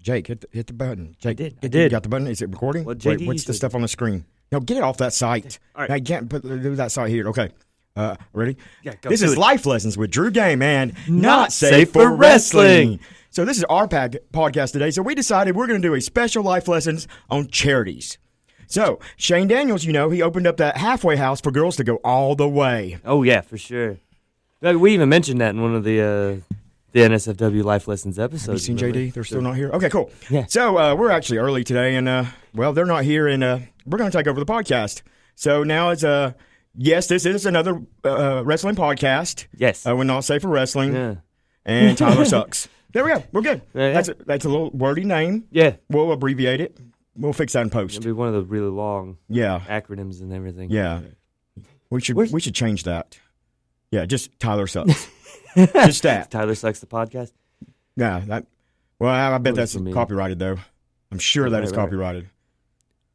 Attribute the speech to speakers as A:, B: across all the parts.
A: Jake, hit the, hit the button. Jake,
B: did. I
A: hit the-
B: did.
A: You got the button? Is it recording?
B: Well,
A: Wait,
B: JD
A: what's the
B: usually-
A: stuff on the screen? No, get it off that site.
B: All right.
A: I can't put do that site here. Okay. Uh, ready?
B: Yeah, go
A: This
B: do
A: is
B: it.
A: Life Lessons with Drew Game and Not,
B: Not Safe for Wrestling.
A: So this is our pag- podcast today. So we decided we're going to do a special life lessons on charities. So Shane Daniels, you know, he opened up that halfway house for girls to go all the way.
B: Oh yeah, for sure. Like, we even mentioned that in one of the uh, the NSFW Life Lessons
A: You
B: episodes.
A: seen
B: remember?
A: JD? They're still not here. Okay, cool.
B: Yeah.
A: So uh, we're actually early today, and uh, well, they're not here, and uh, we're going to take over the podcast. So now it's uh, yes, this is another uh, uh, wrestling podcast.
B: Yes.
A: Uh, we're not safe for wrestling,
B: Yeah.
A: and Tyler sucks. There we go. We're good.
B: Yeah, yeah.
A: That's a, that's a little wordy name.
B: Yeah.
A: We'll abbreviate it. We'll fix that in post.
B: It'll be one of the really long
A: Yeah,
B: acronyms and everything.
A: yeah. We should
B: Where's-
A: we should change that. Yeah, just Tyler sucks. just that.
B: Tyler sucks the podcast.
A: Yeah, that. Well, I, I bet
B: What
A: that's
B: does it mean?
A: copyrighted though. I'm sure that
B: Right,
A: is
B: right, right.
A: copyrighted.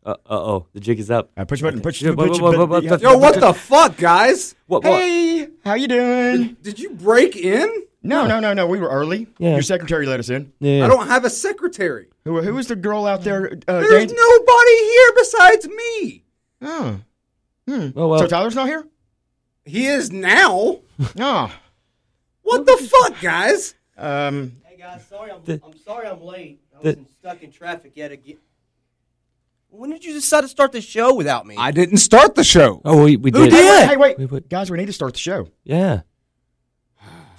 B: Uh oh, the jig is up.
A: Uh, push button. Push.
B: Yeah,
A: push,
B: what-
A: push
B: what- what-
A: button.
B: what the-
C: Yo, what the fuck, guys?
B: What? what?
A: Hey, how you doing?
C: Did you break in?
A: No, no, no, no. We were early.
B: Yeah.
A: Your secretary let us in.
B: Yeah.
C: I don't have a secretary.
A: Who, who was the girl out there? Uh,
C: There's
A: Dan-
C: nobody here besides me.
A: Oh. Hmm.
B: Oh, well.
A: So Tyler's not here.
C: He is now.
A: No.
C: What the fuck, guys?
A: Um.
D: Hey guys, sorry I'm,
B: The-
D: I'm sorry I'm late. I
B: the-
D: was in, stuck in traffic yet again. When did you decide to start the show without me?
C: I didn't start the show.
B: Oh, we, we
C: Who
B: did.
C: did?
A: Hey, wait,
B: We put-
A: guys. We need to start the show.
B: Yeah.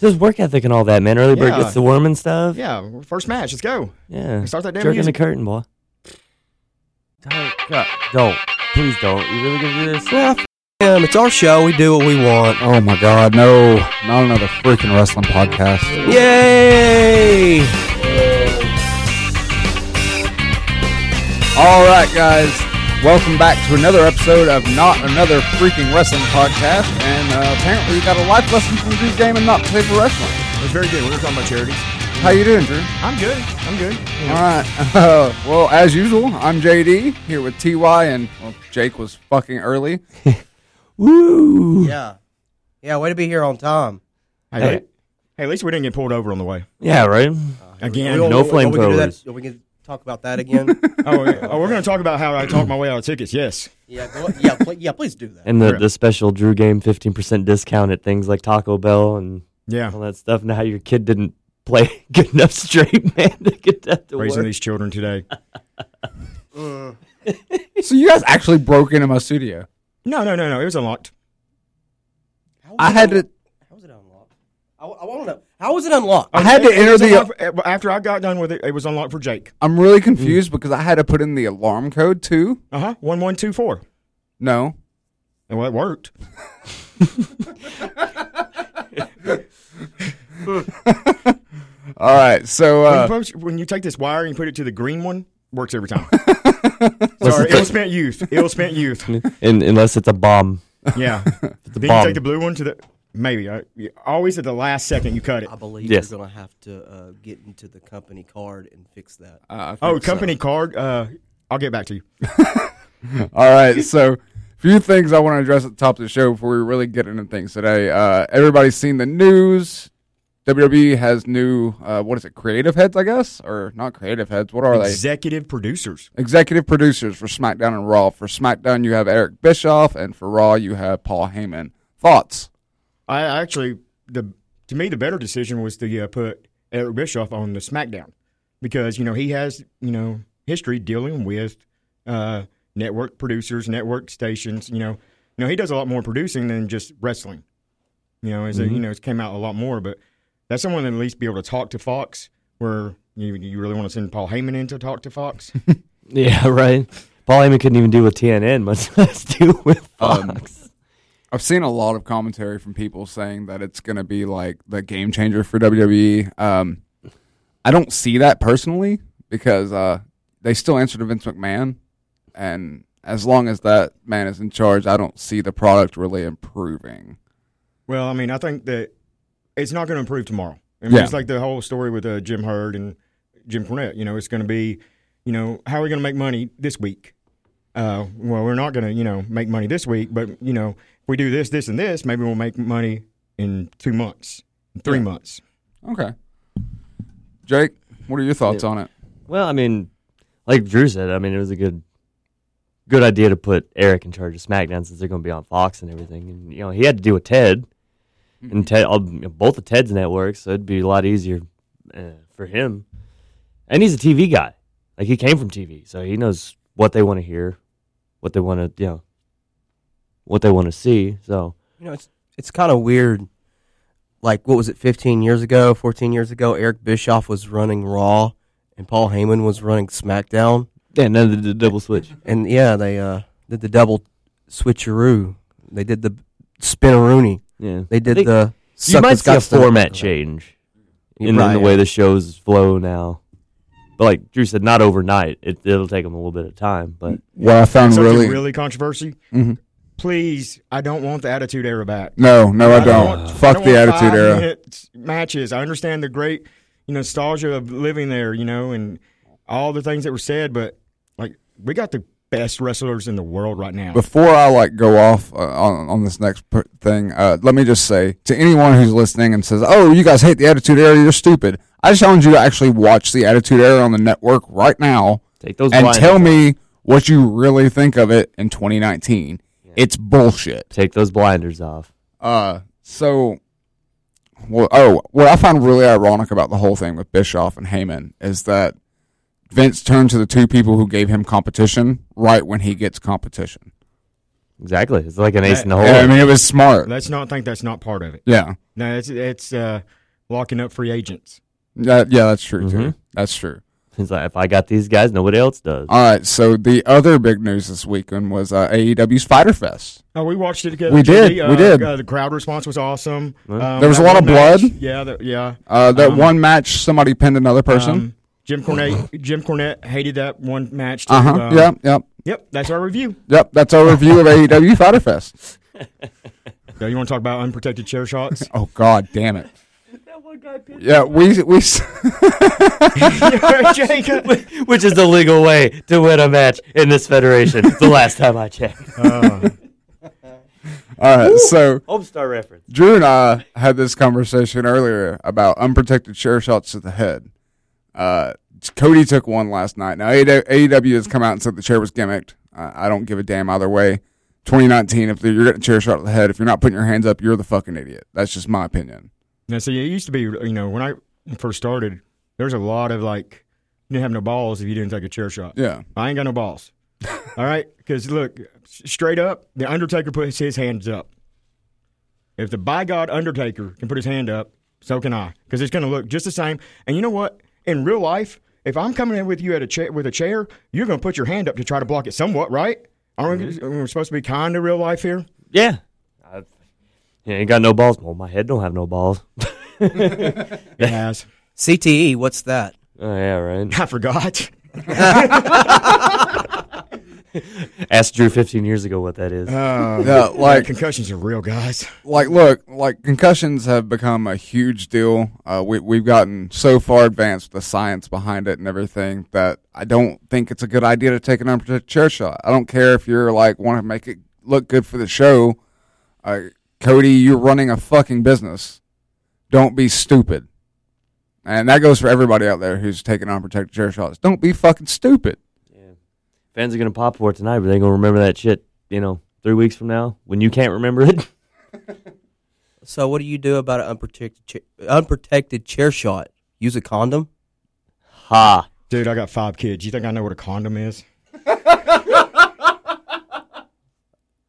B: Just work ethic and all that, man. Early bird
A: Yeah.
B: gets the worm and stuff.
A: Yeah. we're- First match. Let's go.
B: Yeah.
A: Start that damn
B: Jerking the
A: music.
B: curtain, boy. Tyler, God, don't. Please don't. You really gonna do this?
D: yeah, it's our show. We do what we want.
E: Oh my god, no. Not another freaking wrestling podcast.
B: Yay!
E: Alright, guys. Welcome back to another episode of Not Another Freaking Wrestling Podcast. And uh, apparently, we got a life lesson from Drew Game and Not Safe for Wrestling.
A: It was very good. We were talking about charities.
E: How you doing, Drew?
A: I'm good. I'm good.
E: Alright. Uh, well, as usual, I'm JD here with TY, and well, Jake was fucking early.
B: Woo!
D: Yeah. Yeah, way to be here on time.
A: Hey.
B: Hey.
A: Hey. At least we didn't get pulled over on the way.
B: Oh, Yeah, right?
A: Again.
B: all- no
D: flame We, can do that-
B: flamethrowers.
D: are we can talk about that again.
A: oh, yeah. oh, we're going to talk about how I talked my way out of tickets. Yes.
D: yeah, go, yeah, pl- yeah, please do that.
B: And the,
A: Correct.
B: the special Drew game 15% discount at things like Taco Bell and
A: Yeah.
B: all that stuff. Now your kid didn't play good enough straight, man, to get that to
A: Raising
B: work.
A: these children today.
D: Mm.
E: So, you guys actually broke into my studio.
A: No, no, no, no. It was unlocked.
D: How was
E: I
D: it
E: had to.
D: unlocked? How was it unlocked? I, want to know. How was it unlocked?
E: I had to
A: It- it was
E: enter the. uh,
A: unlocked- after I got done with it. It was unlocked for Jake.
E: I'm really confused because I had to put in the alarm code too.
A: Uh huh. One one two four.
E: No,
A: And well, it worked.
E: All right, so
A: when, you
E: uh,
A: post, when you take this wire and you put it to the green one, works every time.
B: Unless
A: Sorry,
B: it's a-
A: ill spent youth. Ill spent youth.
B: un- unless it's a bomb.
A: Yeah. Then
B: bomb.
A: you take the blue one to the maybe. I, you- always at the last second you cut it.
D: I believe
B: Yes.
D: you're going to have to uh, get into the company card and fix that.
E: uh, I
A: Oh,
E: think so.
A: company card. Uh, I'll get back to you.
E: All right, so few things I want to address at the top of the show before we really get into things today. Uh, everybody's seen the news. WWE has new uh, what is it? Creative heads, I guess, or not creative heads? What are they?
A: Executive producers.
E: Executive producers for SmackDown and Raw. For SmackDown, you have Eric Bischoff, and for Raw, you have Paul Heyman. Thoughts?
A: I I actually the to me the better decision was to uh, put Eric Bischoff on the SmackDown because you know he has you know history dealing with uh, network producers, network stations. You know, you know he does a lot more producing than just wrestling. You know, as a, you know, it's came out a lot more, but that's someone that at least be able to talk to Fox. Where you you really want to send Paul Heyman in to talk to Fox?
B: Yeah, right. Paul Heyman couldn't even do with TNN, much less do with
E: Um,
B: Fox.
E: I've seen a lot of commentary from people saying that it's going to be like the game changer for WWE. Um, I don't see that personally because uh, they still answer to Vince McMahon, and as long as that man is in charge, I don't see the product really improving.
A: Well, I mean, I think that it's not going to improve tomorrow. I mean,
E: Yeah.
A: It's like the whole story with uh, Jim Hurd and Jim Cornette. You know, it's going to be, you know, how are we going to make money this week? Uh, well, we're not going to, you know, make money this week, but, you know, if we do this, this, and this, maybe we'll make money in two months, in three months.
E: Okay, Jake, what are your thoughts on it?
B: Well, I mean, like Drew said, I mean, it was a good, good idea to put Eric in charge of SmackDown since they're going to be on Fox and everything. And you know, he had to deal with Ted, and Ted, all, both of Ted's networks, so it'd be a lot easier uh, for him. And he's a TV guy; like he came from TV, so he knows what they want to hear, what they want to, you know, what they want to see. So
D: You know, it's it's kind of weird. Like, what was it? Fifteen years ago, fourteen years ago, Eric Bischoff was running Raw, and Paul Heyman was running SmackDown,
B: yeah, another d- double switch.
D: and yeah, they uh, did the double switcheroo. They did the spinneroonie.
B: Yeah,
D: They did
B: I think
D: the.
B: You
D: suck
B: might
D: the
B: see a
D: Scotch stuff.
B: format change. in,
D: You
B: in the
D: probably-
B: way the shows flow now. But like Drew said, not overnight. It, it'll take them a little bit of time. But
E: What I found
A: Such
E: really,
A: a really controversy.
E: Mhm.
A: Please, I don't want the Attitude Era back.
E: no, no, I don't.
A: want-
E: Fuck
A: I don't
E: the
A: want
E: Attitude Era.
A: five-minute Matches. I understand the great, you know, nostalgia of living there, you know, and all the things that were said, but like we got the best wrestlers in the world right now.
E: Before I like go off uh, on on this next per- thing, uh, let me just say to anyone who's listening and says, "Oh, you guys hate the Attitude Era. You're stupid." I challenge you to actually watch the Attitude Era on the network right now
B: take those
E: and
B: blind-
E: tell me what you really think of it in 2019. It's bullshit.
B: take those blinders off.
E: Uh, so, well, oh, what I find really ironic about the whole thing with Bischoff and Heyman is that Vince turned to the two people who gave him competition right when he gets competition.
B: Exactly. It's like an ace in the hole.
E: Yeah, I
A: Oh.
E: mean, it was smart.
A: Let's not think that's not part of it.
E: Yeah,
A: No, it's it's uh, locking up free agents.
E: that, yeah, that's true
A: Mm-hmm.
E: too. That's true.
B: it's like if I got these guys, nobody else does.
E: All right, so the other big news this weekend was uh, AEW's Fighter Fest.
A: Oh, we watched it together.
E: We
A: JD.
E: did,
A: Uh,
E: we did.
A: Uh, the crowd response was awesome. Um,
E: There was
A: that
E: a lot of
A: one match-
E: blood.
A: Yeah, the, yeah.
E: Uh, that
A: Um,
E: one match, somebody pinned another person.
A: Um, Jim Cornette, Jim Cornette hated that one match. Too.
E: uh huh.
A: Um,
E: yep. Yep.
A: Yep. That's our review.
E: Yep. That's our review of AEW Fighter Fest.
A: So you want to talk about unprotected chair shots?
E: Oh God, damn it. Yeah, we we. s-
A: Jacob.
B: Which is the legal way to win a match in this federation. the last time I checked.
E: All right, so
B: Homestar reference.
E: Drew and I had this conversation earlier about unprotected chair shots to the head. Uh, Cody took one last night. Now E AEW AEW has come out and said the chair was gimmicked. I, I don't give a damn either way. 2019, if you're getting a chair shot to the head, if you're not putting your hands up, you're the fucking idiot. That's just my opinion.
A: Now, see, it used to be, you know, when I first started, there's a lot of like, you didn't have no balls if you didn't take a chair shot.
E: Yeah,
A: I ain't got no balls. All right? Because look, s- straight up, the Undertaker puts his hands up. If the by God Undertaker can put his hand up, so can I. Because it's going to look just the same. And you know what? In real life, if I'm coming in with you at a chair with a chair, you're going to put your hand up to try to block it somewhat, right? Aren't we- we're supposed to be kind to real life here?
B: Yeah. I, you ain't got no balls. Well, my head don't have no balls.
A: It has.
D: CTE, E, what's that?
B: Oh yeah, right.
A: I forgot.
B: Asked Drew 15 years ago what that is.
E: yeah. Like
A: Concussions are real, guys.
E: like look like concussions have become a huge deal uh, we, we've gotten so far advanced with the science behind it and everything that i don't think it's a good idea to take an unprotected chair shot i don't care if you're like want to make it look good for the show uh, cody you're running a fucking business don't be stupid and that goes for everybody out there who's taking unprotected chair shots don't be fucking stupid
B: fans are gonna pop for it tonight, but they gonna remember that shit, you know, three weeks from now when you can't remember it.
D: So, what do you do about an unprotected cha- unprotected chair shot? Use a condom.
B: Ha!
A: Dude, I got five kids. You think I know what a condom is?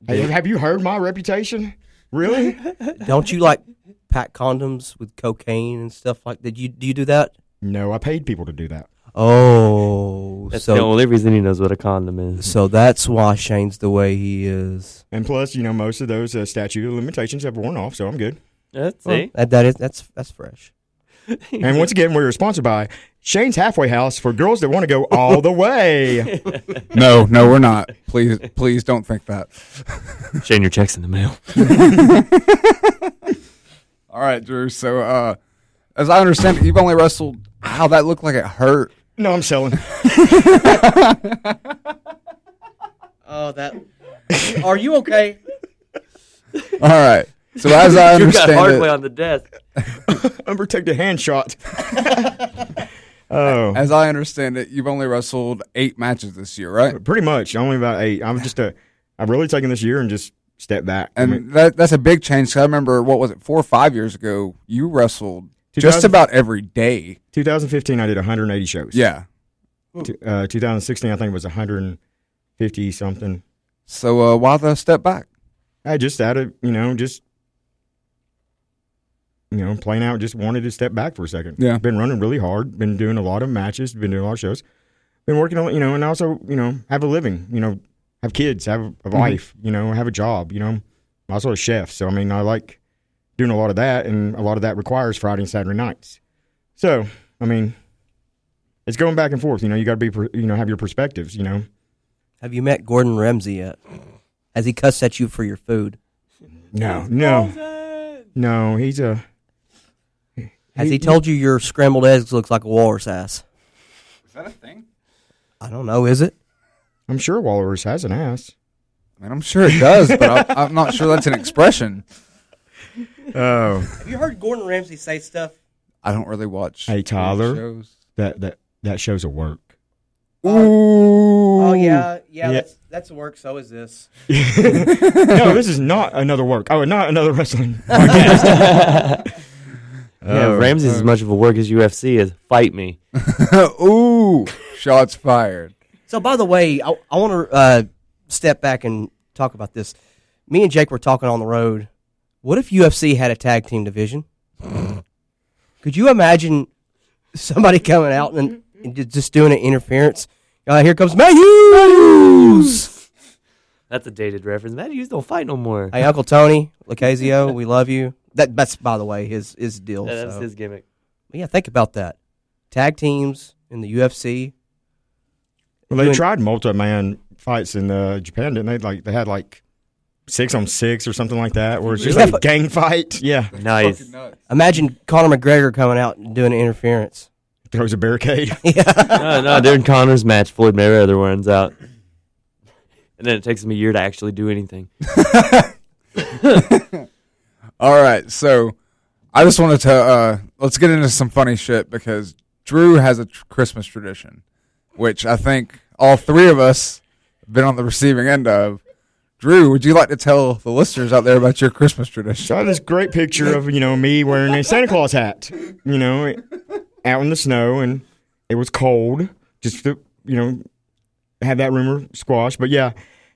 A: Hey, have you heard my reputation? Really?
D: Don't you like pack condoms with cocaine and stuff like that? You do you do that?
A: no, I paid people to do that.
D: Oh,
B: That's the
D: so
B: only reason he knows what a condom is.
D: so that's why Shane's the way he is.
A: And plus, you know, most of those uh, statute of limitations have worn off, so I'm good.
B: That's
D: Well,
B: see.
D: that, that is that's that's fresh.
A: And once again, we were sponsored by Shane's Halfway House for girls that want to go all the way.
E: no no we're not please please don't think that
B: Shane, your check's in the mail.
E: All right, Drew. So, uh, as I understand it, you've only wrestled. How that looked like it hurt.
A: No, I'm selling.
D: Oh, that. Are you okay?
E: All right. So, as I
B: You got
E: understand
B: hardway
E: it,
B: on the desk.
A: Unprotected hand shot. Oh,
E: As I understand it, you've only wrestled eight matches this year, right?
A: pretty much. Only about eight. I'm just a. I've really taken this year and just stepped back. I mean,
E: And that that's a big change. 'cause I remember what was it four or five years ago? You wrestled just
A: 2000
E: about every day.
A: 2015, I did 180 shows.
E: Yeah.
A: T- uh, 2016, I think it was 150 something.
E: So uh, why the step back?
A: I just out of you know just you know playing out. Just wanted to step back for a second.
E: Yeah.
A: been running really hard. Been doing a lot of matches. Been doing a lot of shows. Been working on you know, and also you know have a living. You know, have kids, have a life. You know, have a job. You know, I'm also a chef. So I mean, I like doing a lot of that, and a lot of that requires Friday and Saturday nights. So I mean, it's going back and forth. You know, you got to be per- you know have your perspectives. You know,
D: Have you met Gordon Ramsay yet? Has he cussed at you for your food?
A: no, no, no. He's a
D: Has he told you your scrambled eggs looks like a walrus ass?
E: Is that a thing?
D: I don't know. Is it?
A: I'm sure Walrus has an ass.
E: I mean, I'm sure it does, but I, I'm not sure that's an expression.
A: Oh,
D: Have you heard Gordon Ramsay say stuff?
E: I don't really watch.
A: Hey, Tyler.
E: Shows.
A: that that that shows a work.
E: Ooh.
D: Oh yeah, yeah.
A: Yeah.
D: That's that's work. So is this.
A: no, this is not another work. Oh, not another wrestling podcast.
B: Yeah, Ramsey's as much of a work as UFC is. Fight me.
E: Ooh. Shots fired.
D: So, by the way, I, I want to uh, step back and talk about this. Me and Jake were talking on the road. What if UFC had a tag team division? Could you imagine somebody coming out and, and ju- just doing an interference? Uh, here comes Matthews.
B: That's a dated reference. Matt Hughes don't fight no more.
D: hey, Uncle Tony Lucasio, we love you. That, that's by the way his his deal.
B: Yeah, that's
D: so.
B: his gimmick.
D: But yeah, think about that. Tag teams in the UFC.
A: well, they tried multi-man fights in uh, Japan, didn't they? Like they had like six on six or something like that, where it's just
D: Yeah,
A: like a
D: but-
A: gang fight. Yeah,
B: Nice.
E: Fucking nuts.
D: Imagine Conor McGregor coming out and doing an interference.
A: throws a barricade.
B: no, no, during Connor's match, Floyd Mayweather runs out. And then it takes him a year to actually do anything.
E: All right, so I just wanted to uh, let's get into some funny shit because Drew has a tr- Christmas tradition, which I think all three of us have been on the receiving end of. Drew, would you like to tell the listeners out there about your Christmas tradition?
A: So I have this great picture of you know me wearing a Santa Claus hat, you know, out in the snow, and it was cold. Just to, you know, had that rumor squashed. But yeah,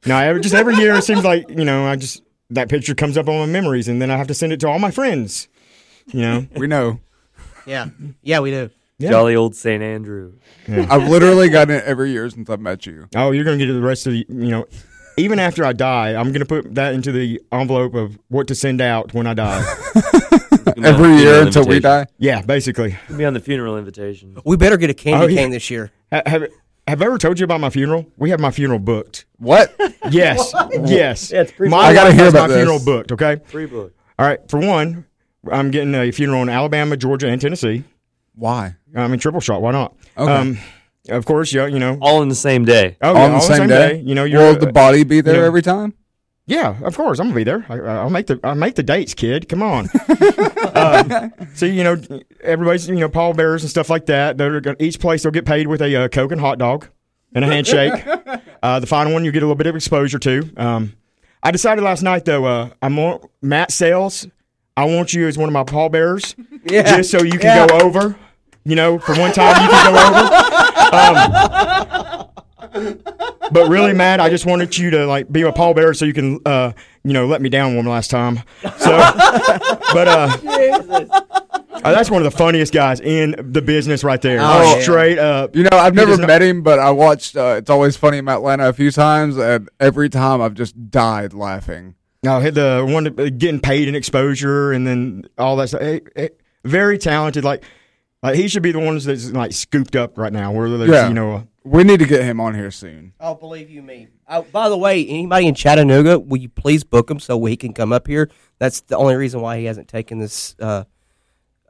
A: no, I, just every year it seems like you know I just that picture comes up on my memories, and then I have to send it to all my friends. You know,
E: We know.
D: Yeah, yeah, we do.
A: Yeah.
B: Jolly old St. Andrew.
E: I've literally gotten it every year since I've met you.
A: oh, you're gonna get the rest of the, you know. Even after I die, I'm gonna put that into the envelope of what to send out when I die.
E: Every year
B: funeral
E: until we
B: invitation.
E: die.
A: yeah, basically.
B: It'll Be on the funeral invitation.
D: We better get a candy
A: Oh, yeah.
D: cane this year.
A: Ha- Have have I ever told you about my funeral? We have my funeral booked.
E: What?
A: Yes. Yes.
B: Yeah, it's pretty-
A: my
E: I gotta
A: wife
E: hear
A: has
E: about
A: my
E: this.
A: funeral booked, okay?
B: Free book.
A: All right. For one, I'm getting a funeral in Alabama, Georgia, and Tennessee.
E: Why?
A: I mean, triple shot. Why not? Um,
E: Okay.
A: of course, you, you know.
B: All in the same day.
A: Oh, yeah,
E: on the same, day?
A: You know, you're.
E: Will the body be there
A: yeah.
E: every time?
A: yeah, of course. I'm gonna be there. I, I'll make the I'll make the dates, kid. Come on. um, so you know, everybody's you know pallbearers and stuff like that. They're gonna, each place they'll get paid with a uh, coke and hot dog and a handshake. uh, the final one you get a little bit of exposure to. Um, I decided last night though. Uh, I'm on Matt Sales. I want you as one of my pallbearers,
D: Yeah.
A: just so you can go over. You know, for one time you can go over. But really, Matt, I just wanted you to like be my pallbearer so you can, uh, you know, let me down one last time. So, but uh, uh, that's one of the funniest guys in the business right there.
D: Oh, yeah.
A: Straight up.
E: You know, I've never
A: does not-
E: met him, but I watched uh, It's Always Funny in Atlanta a few times, and every time I've just died laughing.
A: No, hit the one uh, getting paid in exposure and then all that stuff. Eh, eh, very talented. Like, like he should be the ones that's like scooped up right now. Where there's,
E: Yeah.
A: you know, uh,
E: We need to get him on here soon.
D: Oh, believe you me. Oh, by the way, anybody in Chattanooga, will you please book him so he can come up here? That's the only reason why he hasn't taken this uh,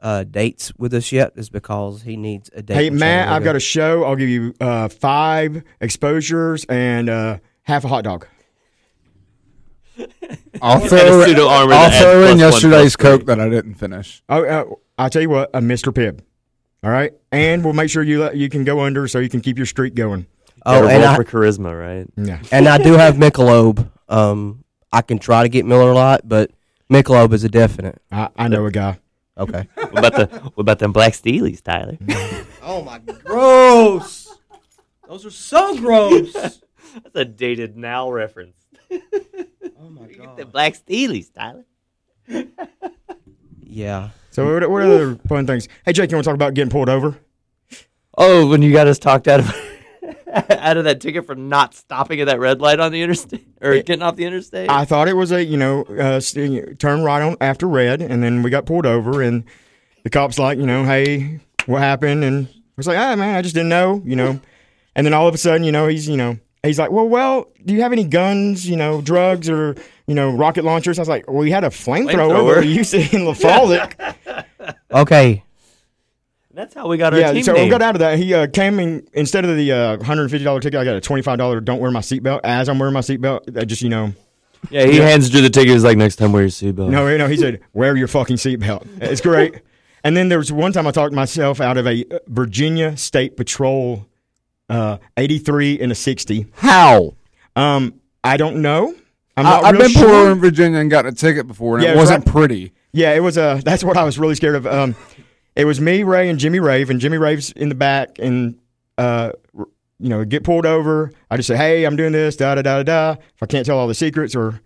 D: uh, dates with us yet is because he needs a date.
A: hey
D: in
A: Matt, I've got
D: Chattanooga.
A: a show. I'll give you uh, five exposures and uh, half a hot dog.
E: I'll
B: And
E: throw,
B: a pseudo armor
E: I'll
B: that adds
E: throw
B: plus
E: in
B: one, plus
E: yesterday's
B: three.
E: Coke that I didn't finish.
A: Oh, uh, I tell you what, a Mr. Pibb. All right, and we'll make sure you let, you can go under so you can keep your streak going.
B: Oh,
D: Oh, and I,
B: for charisma, right?
A: Yeah,
D: and I do have Michelob. Um, I can try to get Miller Lite, but Michelob is a definite.
A: I, I know a guy.
D: Okay.
B: What about the what about them black steelies, Tyler?
D: oh my gross! Those are so gross.
B: That's a dated now reference.
D: oh my
B: The black steelies, Tyler.
D: Yeah.
A: So what, what are other fun things? Hey Jake, you want to talk about getting pulled over?
B: Oh, when you got us talked out of out of that ticket for not stopping at that red light on the interstate or getting off the interstate.
A: I thought it was a you know uh, st- turn right on after red, and then we got pulled over, and the cops like you know hey what happened, and I was like ah man I just didn't know you know, and then all of a sudden you know he's you know he's like well well do you have any guns you know drugs or you know rocket launchers I was like well you had a flamethrower
B: Flamethrower.
A: that we used in Lafolic
D: Okay.
B: That's how we got our
A: yeah
B: team
A: so
B: name.
A: I got out of that he uh, came in instead of the uh, hundred fifty dollar ticket I got a twenty five dollar don't wear my seatbelt as I'm wearing my seatbelt I just you know
B: yeah, he hands Drew the ticket. He's like, "Next time, wear your seatbelt."
A: No, no, he said, wear your fucking seatbelt. It's great. and then there was one time I talked myself out of a Virginia State Patrol uh, 83 and a 60.
C: How?
A: Um, I don't know. I'm
E: I,
A: not
E: I've
A: real
E: been
A: sure.
E: poor in Virginia and got a ticket before, and
A: Yeah,
E: it
A: that's
E: wasn't
A: right.
E: pretty.
A: Yeah, it was. Uh, that's what I was really scared of. Um, it was me, Ray, and Jimmy Rave, and Jimmy Rave's in the back, and uh, r- you know, get pulled over. I just say, "Hey, I'm doing this." Da da da da. da. If I can't tell all the secrets, or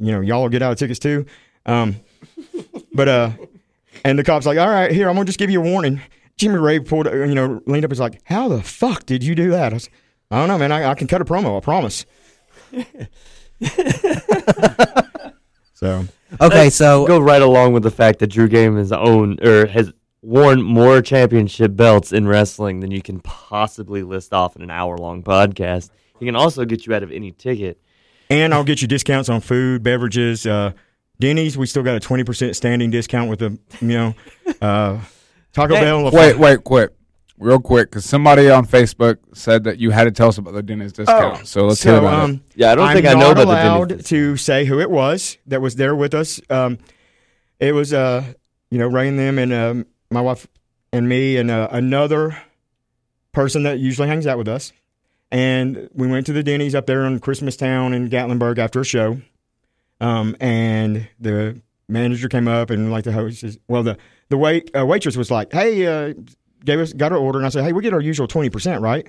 A: you know, y'all will get out of tickets too. Um, but uh, and the cops like, "All right, here, I'm gonna just give you a warning." Jimmy Rave pulled, uh, you know, leaned up. and was like, "How the fuck did you do that?" I, was, I don't know, man. I, I can cut a promo. I promise. so.
D: Okay. So
B: go right along with the fact that Drew Game has owned or has worn more championship belts in wrestling than you can possibly list off in an hour long podcast. He can also get you out of any ticket.
A: And I'll get you discounts on food, beverages, uh, Denny's. We still got a twenty percent standing discount with the you know uh, Taco Bell. La-
E: Wait, wait, quick. Real quick, because somebody on Facebook said that you had to tell us about the Denny's discount. so let's hear
A: Oh. so,
E: about
A: um,
E: it.
B: Yeah, I don't
A: I'm
B: think I know
A: not
B: about the
A: allowed
B: Denny's
A: to say who it was that was there with us. Um, it was uh, you know Ray and them and um, my wife and me and uh, another person that usually hangs out with us. And we went to the Denny's up there in Christmastown in Gatlinburg after a show. Um, and the manager came up and like the host, is, well, the the wait uh, waitress was like, "Hey, uh, gave us got our order," and I said, "Hey, we get our usual twenty percent, right?"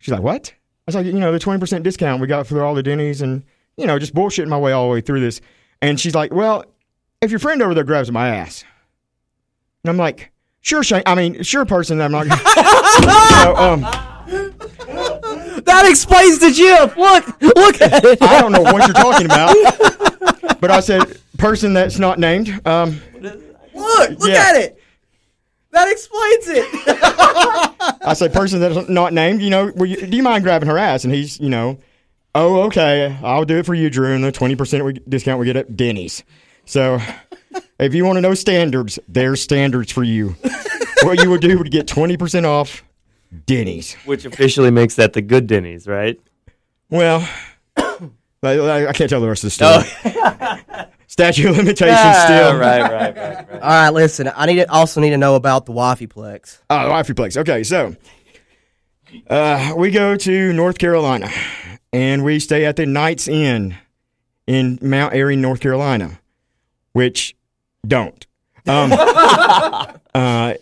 A: She's like, "What?" I was like, "You know, the twenty percent discount we got for all the Denny's, and you know, just bullshitting my way all the way through this." And she's like, "Well, if your friend over there grabs my ass," and I'm like, "Sure, Shane. I mean, sure, person. I'm not." so, um,
D: that explains the gif. Look, look at it.
A: I don't know what you're talking about. But I said, person that's not named. Um,
D: Look, look
A: Yeah.
D: at it. That explains it.
A: I said, person that's not named, you know, will you, do you mind grabbing her ass? And he's, you know, oh, okay, I'll do it for you, Drew, and the 20% we, discount we get at Denny's. So if you want to know standards, there's standards for you. what you would do would get 20% off Denny's.
B: which officially makes that the good Denny's, right?
A: Well, I, I- I can't tell the rest of the story. Statute of limitations still.
B: right, right, right, right.
D: All right, listen. I need to, also need to know about the Wifey Plex.
A: Oh, the Wifey Plex. Okay, so uh, we go to North Carolina and we stay at the Knights Inn in Mount Airy, North Carolina, which don't. Um, uh,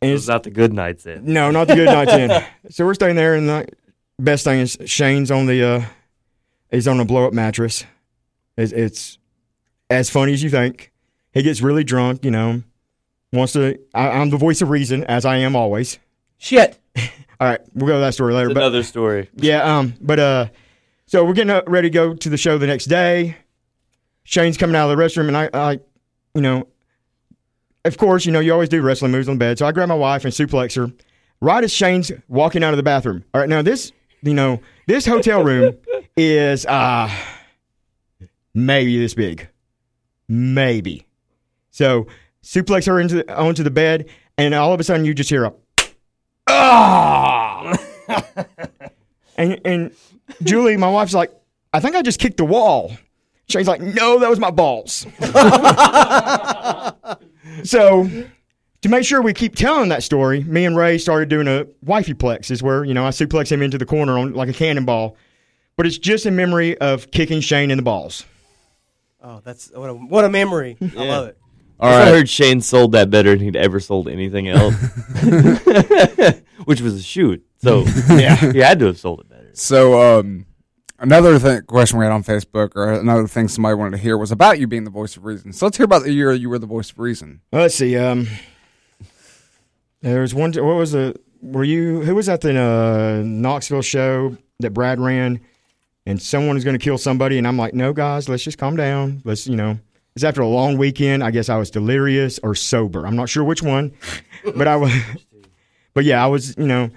B: It's not the good nights in.
A: no, not the good Knights Inn. So we're staying there, and the best thing is Shane's on the uh, he's on a blow up mattress. It's, it's as funny as you think. He gets really drunk, you know. Wants to. I, I'm the voice of reason, as I am always.
D: Shit.
A: All right, we'll go to that story later.
B: It's
A: but
B: another story.
A: yeah, um, but uh, so we're getting up, ready to go to the show the next day. Shane's coming out of the restroom, and I, I, you know, of course, you know, you always do wrestling moves on the bed. So I grab my wife and suplex her right as Shane's walking out of the bathroom. All right, now this, you know, this hotel room is uh maybe this big, maybe. So suplex her into the, onto the bed, and all of a sudden you just hear a And and Julie, my wife's like, I think I just kicked the wall. Shane's like, No, that was my balls. so to make sure we keep telling that story, me and Ray started doing a wifey plexes where, you know, I suplex him into the corner on like a cannonball. But it's just in memory of kicking Shane in the balls.
D: Oh, that's what a, what a memory. I love it.
B: All right. I heard Shane sold that better than he'd ever sold anything else, which was a shoot. So yeah, he had to have sold it better.
E: So, um, another thing, question we had on Facebook, or another thing somebody wanted to hear was about you being the voice of reason. So let's hear about the year you were the voice of reason.
A: Let's see. Um, there was one. What was the? Were you? Who was at the uh, Knoxville show that Brad ran? And someone was going to kill somebody, and I'm like, no, guys, let's just calm down. Let's, you know, it's after a long weekend. I guess I was delirious or sober. I'm not sure which one, but I was. But yeah, I was. You know,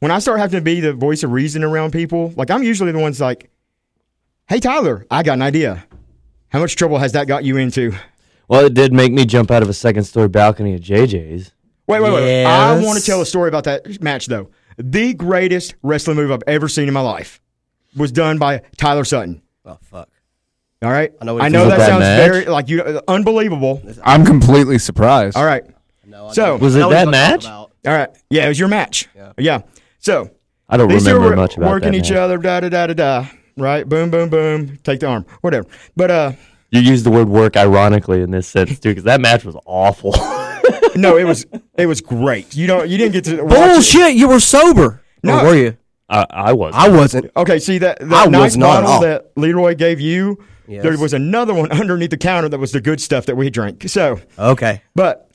A: when I start having to be the voice of reason around people, like I'm usually the ones like, "Hey, Tyler, I got an idea. How much trouble has that got you into?"
B: Well, it did make me jump out of a second story balcony at JJ's.
A: Wait, wait, wait. wait. I want
D: Yes.
A: to tell a story about that match, though. The greatest wrestling move I've ever seen in my life was done by Tyler Sutton.
D: Oh fuck.
A: All right,
D: I know what you're
A: know
B: talking
A: that
B: about.
A: sounds
B: That match?
A: very like you unbelievable.
E: I'm completely surprised.
A: All right,
D: No, I
A: So-
D: know-
B: Was it
D: I know what
B: that
D: you're talking
B: match?
D: about.
A: all right. Yeah, it was your match. Yeah. So
B: I don't
A: these two
B: remember
A: were
B: much about
A: working
B: that.
A: each
B: man.
A: other. Da da da da da. Right. Boom, boom, boom. Take the arm. Whatever. But uh,
B: You used the word work ironically in this sense too, because that match was awful.
A: no, it was it was great. You don't you didn't get to watch it.
D: Bullshit! You were sober.
A: No.
D: Or were you?
B: I, I was.
D: I wasn't.
A: Okay, see that that
D: I was
A: nice
D: not at
A: bottle
D: all.
A: that Leroy gave you.
D: Yes.
A: There was another one underneath the counter that was the good stuff that we drank. So,
D: Okay.
A: but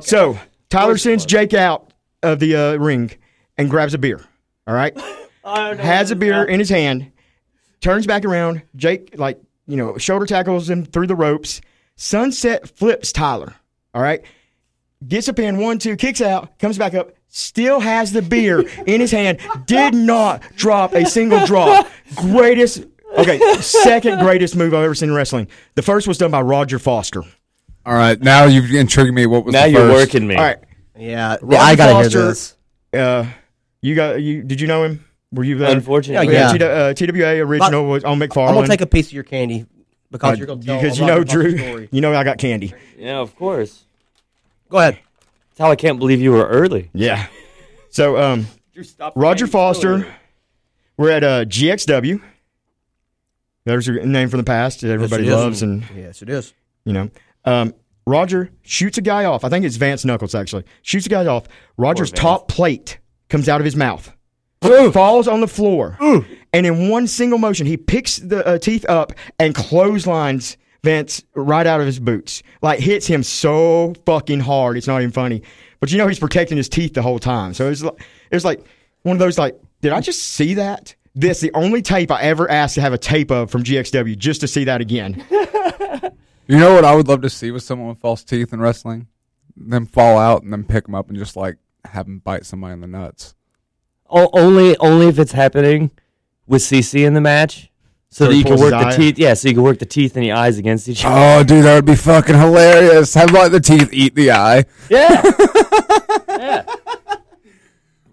A: so Tyler sends Jake out of the uh, ring and grabs a beer. All right, has a beer in his hand, turns back around. Jake like you know shoulder tackles him through the ropes. Sunset flips Tyler. All right, gets up in one, two, kicks out, comes back up, still has the beer in his hand, did not drop a single drop. Greatest, okay, second greatest move I've ever seen in wrestling. The first was done by Roger Foster. All
E: All right. Now you've intrigued me. What was
B: now
E: the
B: you're
E: first?
B: working me.
A: right,
D: Yeah. I gotta
A: Foster-
D: hear this.
A: uh, you got you? Did you know him? Were you there?
B: Unfortunately,
D: Yeah, yeah.
A: T- uh, TWA original was on McFarland.
D: I'm gonna take a piece of your candy because you're gonna tell a
A: because Uh, you
D: Roger
A: know
D: Foster
A: Drew.
D: story.
A: You know I got candy.
B: yeah, of course.
D: Go ahead.
B: That's how I can't believe you were early.
A: Yeah. So um, Roger Foster, we're at uh, GXW. There's a name from the past that everybody
D: Yes, it is.
A: loves, and
D: Yes, it is.
A: you know, um, Roger shoots a guy off. I think it's Vance Knuckles actually shoots a guy off. Roger's top plate comes out of his mouth, falls on the floor, and in one single motion, he picks the uh, teeth up and clotheslines Vance right out of his boots. Like hits him so fucking hard, it's not even funny. But you know he's protecting his teeth the whole time, so it's like it was like one of those like, did I just see that? This the only tape I ever asked to have a tape of from GXW just to see that again.
E: You know what I would love to see with someone with false teeth in wrestling? Them fall out and then pick them up and just like have them bite somebody in the nuts.
B: O- only, only if it's happening with CC in the match,
A: So
B: so that
A: he
B: you can
A: pulls
B: work
A: his
B: the
A: eye-
B: teeth. Yeah, so you can work the teeth and the eyes against each other.
E: Oh, dude, that would be fucking hilarious. Have like the teeth eat the eye.
A: Oh.
B: Yeah. yeah.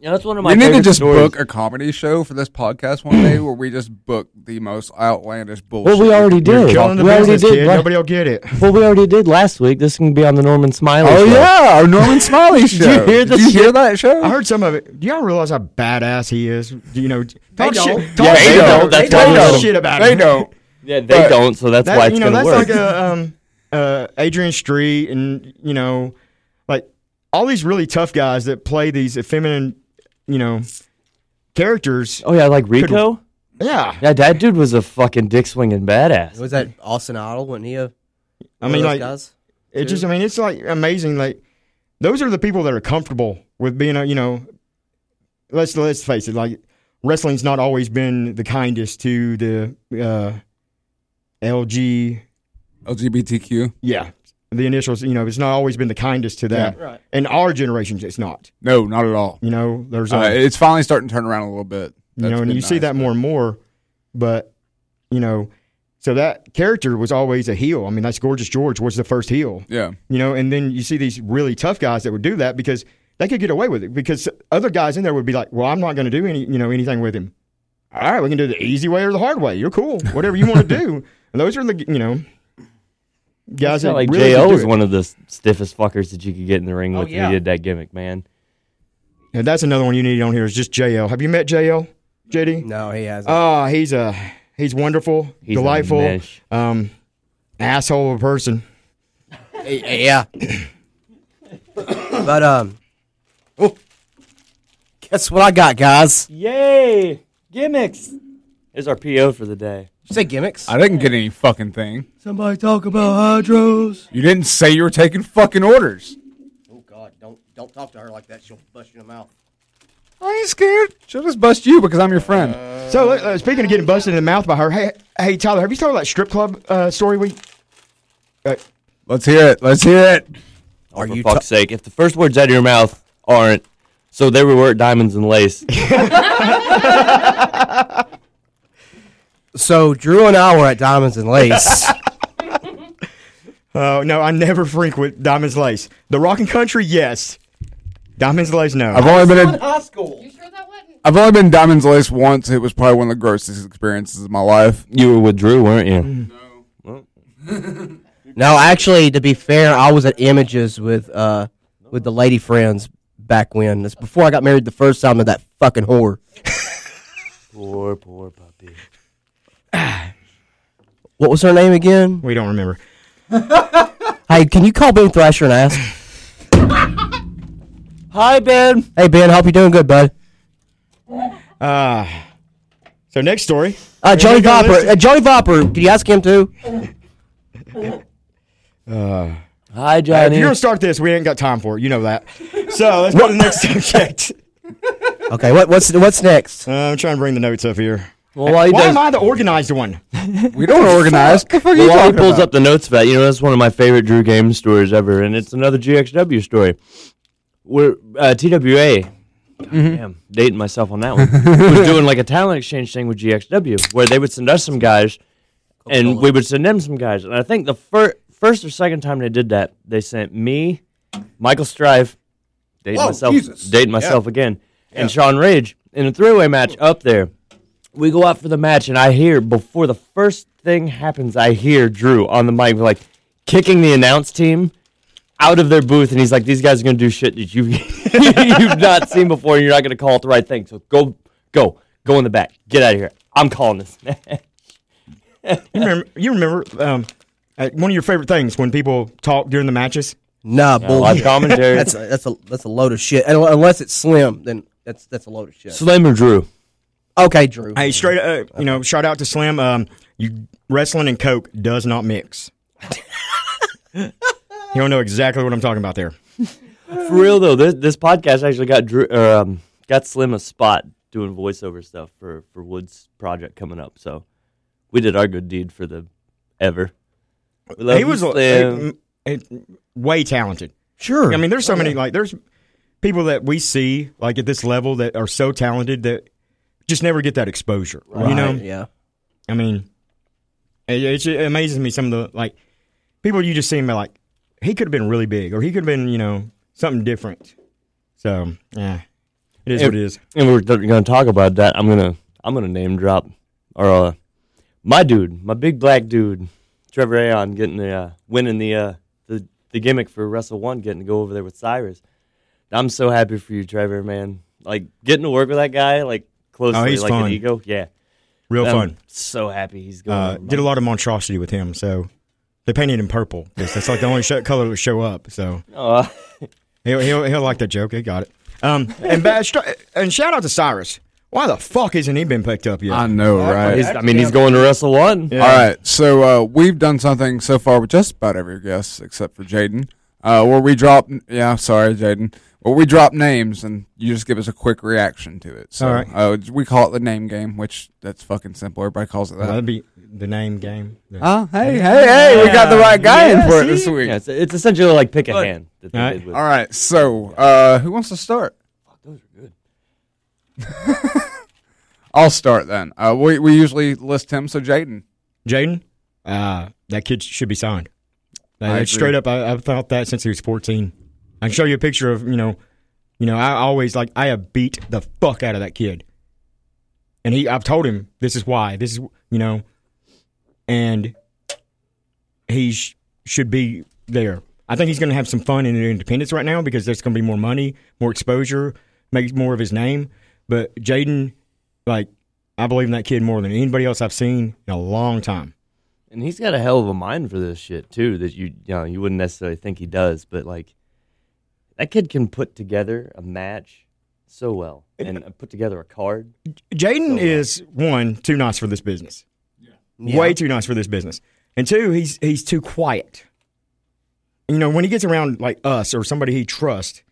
B: Yeah, that's one of my.
E: we need to
B: favorite
E: just
B: stories.
E: book a comedy show for this podcast one day where we just book the most outlandish bullshit.
B: Well, we already did. We
A: Killing the
B: already
A: business,
B: did.
A: kid.
B: la-
A: Nobody will get it.
B: Well, we already did last week. This can be on the Norman Smiley.
E: Oh
B: show.
E: yeah, our Norman Smiley show.
B: you hear the
E: Did you
B: shit?
E: hear that show?
A: I heard some of it. Do y'all realize how badass he is? Do you know? Talk
D: don't.
A: shit. Talk
B: Yeah, they
A: shit
B: don't.
A: about-
B: That's
A: talk
B: why we don't.
A: shit about
E: they
A: him.
E: don't.
B: Yeah, they
E: But-
B: don't. So that's
A: That-
B: why it's
A: you know,
B: gonna
A: that's
B: work.
A: like a um, uh, Adrian Street and you know, like all these really tough guys that play these effeminate, you know, characters.
B: oh yeah, like Rico.
A: Yeah,
B: Yeah, that dude was a fucking dick swinging badass.
D: Was that Austin Idol? Wasn't he a?
A: I mean,
D: those
A: like
D: guys?
A: it just. I mean, it's like amazing. Like those are the people that are comfortable with being a you know. Let's let's face it. Like wrestling's not always been the kindest to the uh, LG.
E: LGBTQ.
A: Yeah, the initials. You know, it's not always been the kindest to that.
D: Right.
A: In our generations, it's not.
E: No, not at all.
A: You know, there's a,
E: Uh, it's finally starting to turn around a little bit.
A: you know, and you see that more and more. But you know, so that character was always a heel. I mean, that's Gorgeous George was the first heel.
E: Yeah.
A: you know and then you see these really tough guys that would do that because they could get away with it because other guys in there would be like well i'm not going to do any you know anything with him all right we can do the easy way or the hard way you're cool whatever you want to do and those are the you know guys that
B: like Oh,
A: really
B: JL
A: could do
B: was
A: it.
B: one of the s- stiffest fuckers that you could get in the ring with. when
D: yeah.
B: He did that gimmick, man.
A: Now, that's another one you need on here is just JL. Have you met JL, JD?
D: No, he hasn't.
A: Ah, he's a he's wonderful,
B: He's a
A: delightful,
B: mesh.
A: um, asshole of a person.
D: Yeah. but um, oh, guess what I got, guys? Did
B: Yay! Gimmicks. Is our PO for the day?
D: you say gimmicks?
E: I didn't get any fucking thing.
D: Somebody talk about hydros.
E: You didn't say you were taking fucking orders.
D: Oh God, don't don't talk to her like that. She'll bust your mouth.
E: I ain't scared. She'll just bust you because I'm your friend.
A: So uh, speaking of getting busted in the mouth by her, hey, hey Tyler, have you told that strip club uh, story? We uh,
E: Let's hear it. Let's hear it.
D: Are
B: for
D: you?
B: fuck's sake, if the first words out of your mouth aren't so there we were at Diamonds and Lace.
D: ta- so Drew and I were at Diamonds and Lace.
A: uh, no, I never frequent Diamonds Lace. The Rock and Country, yes. Diamonds Lace, no.
E: I've only been in
D: High school.
F: You sure that wasn't?
E: I've only been Diamonds Lace once. It was probably one of the grossest experiences of my life.
B: you were with Drew, weren't you?
D: No, actually, to be fair, I was at Images with uh with the lady friends back when. That's before I got married the first time to that fucking whore.
B: Poor, poor puppy.
D: What was her name again?
A: we don't remember.
D: Hey, can you call Ben Thrasher and ask?
B: Hi, Ben.
D: hey, Ben, hope you're doing good, bud.
A: Uh, so next story.
D: Uh, Johnny
A: we go,
D: Viper.
A: listen.
D: Uh, Johnny Viper. Did you ask him too?
E: Uh,
B: Hi,
A: If
B: Johnny.
A: you're gonna start this, we ain't got time for it. You know that. So let's go to the next subject.
D: Okay. What, what's what's next?
A: Uh, I'm trying to bring the notes up here.
B: well, while he
A: Why
B: does,
A: am I the organized one?
E: We don't organize. What the fuck are you
B: well, while he
E: talking
B: pulls
E: about?
B: up the notes for that, you know that's one of my favorite Drew Game stories ever, and it's another GXW story. We're uh, TWA.
E: Mm-hmm.
B: Damn, dating myself on that one. was doing like a talent exchange thing with GXW, where they would send us some guys, and we would send them some guys. And I think the fir- first or second time they did that, they sent me, Michael Strive, dating
C: Whoa,
B: myself,
C: Jesus.
B: dating myself again, and Sean Rage in a three-way match up there. We go out for the match, and I hear before the first thing happens, I hear Drew on the mic like kicking the announce team out of their booth, and he's like, "These guys are gonna do shit that you you've not seen before, and you're not gonna call it the right thing. So go, go, go in the back, get out of here. I'm calling this."
A: You remember? You remember um, uh, one of your favorite things when people talk during the matches?
D: Nah, bull.
B: Live commentary.
D: That's a, that's a that's a load of shit. And Unless it's Slim, then that's that's a load of shit.
B: Slim or Drew?
D: Okay, Drew.
A: Hey, straight uh, you know, shout out to Slim. Um, you wrestling and coke does not mix. you don't know exactly what I'm talking about there.
B: For real though, this this podcast actually got Drew or, um, got Slim a spot doing voiceover stuff for for Woods project coming up. So we did our good deed for the ever. We love
A: he
B: you,
A: was uh,
B: Slim.
A: uh, way talented.
D: sure.
A: I mean, there's so many like there's people that we see like at this level that are so talented that just never get that exposure. You know,
D: yeah.
A: I mean, it, it, ju- it amazes me some of the like people you just see him like he could have been really big or he could have been you know something different. So yeah, it is
B: It-
A: what it is.
B: and we're going to talk about that. I'm gonna I'm gonna name drop or uh, my dude, my big black dude, Trevor Aon, getting the uh, winning the uh, the the gimmick for Wrestle One, getting to go over there with Cyrus. I'm so happy for you, Trevor, man. Like getting to work with that guy, like closely,
A: Oh, he's
B: like
A: fun.
B: an ego. Yeah,
A: Real
B: I'm
A: fun.
B: So happy he's going.
A: Uh,
B: over my-
A: did a lot of monstrosity with him, so they painted him purple. 'cause That's like the only sh- color that would show up. So
B: Aw.
A: He'll, he'll, he'll like that joke. He got it. Um, and, bad str- and shout out to Cyrus. Why the fuck hasn't he been picked up yet?
E: I know, right?
B: He's- I mean, he's going to Wrestle One.
E: All right, so uh, we've done something so far with just about every guest except for Jaden, uh, where we drop. Yeah, sorry, Jaden. Where we drop names and you just give us a quick reaction to it. So
A: All right.
E: uh, we call it the name game, which that's fucking simple. Everybody calls it that.
A: That'd be the name game. The-
E: Oh, hey, hey, hey! We got the right guy in for it this week.
B: Yeah, it's, it's essentially like pick a hand. That they
A: All right.
B: did with.
E: All right, so uh, who wants to start? I'll start then. Uh, we we usually list him. So Jaden,
A: Jaden, uh, that kid should be signed. Like,
E: I
A: that's
E: agree.
A: straight up, I, I've thought that since he was 14. I can show you a picture of, you know, you know, I always like, I have beat the fuck out of that kid. And he, I've told him, this is why, this is, you know, and he's should be there. I think he's going to have some fun in independence right now because there's going to be more money, more exposure, makes more of his name. But Jaden, like, I believe in that kid more than anybody else I've seen in a long time.
B: And he's got a hell of a mind for this shit too. That you you know you wouldn't necessarily think he does, but like that kid can put together a match so well and uh, put together a card.
A: Jaden is one too nice for this business.
D: Yeah.
A: Way too nice for this business. And two, he's he's too quiet. You know, when he gets around like us or somebody he trusts,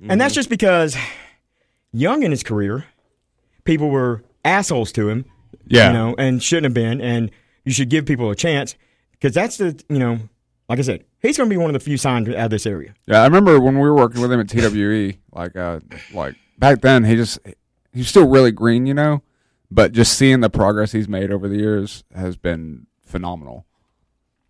A: and that's just because young in his career, people were assholes to him.
E: Yeah.
A: You know, and shouldn't have been. And you should give people a chance because that's the you know, like I said, he's going to be one of the few signed out of this area.
E: Yeah, I remember when we were working with him at TWE, like uh like back then he just he's still really green, you know, but just seeing the progress he's made over the years has been phenomenal.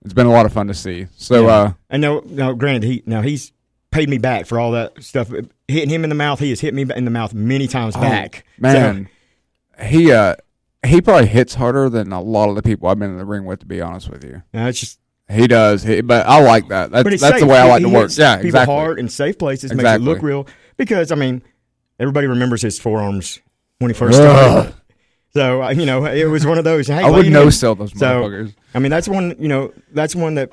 E: It's been a lot of fun to see. So uh
A: And no, no, granted, he now he's paid me back for all that stuff. Hitting him in the mouth, he has hit me in the mouth many times back.
E: Oh, man, he uh he probably hits harder than a lot of the people I've been in the ring with to be honest with you.
A: so, no, it's just.
E: He does. He, but I like that.
A: But
E: That's
A: it's
E: that's
A: safe.
E: the way I
A: He-
E: like
A: he
E: to work.
A: hits
E: Yeah,
A: people
E: exactly.
A: hard in safe places, makes it
E: Exactly.
A: look real. Because I mean, everybody remembers his forearms when he first started. So uh, you know, it was one of those. Hey,
E: I
A: what do
E: would
A: you
E: no
A: mean?
E: sell those motherfuckers.
A: I mean, that's one. You know, that's one that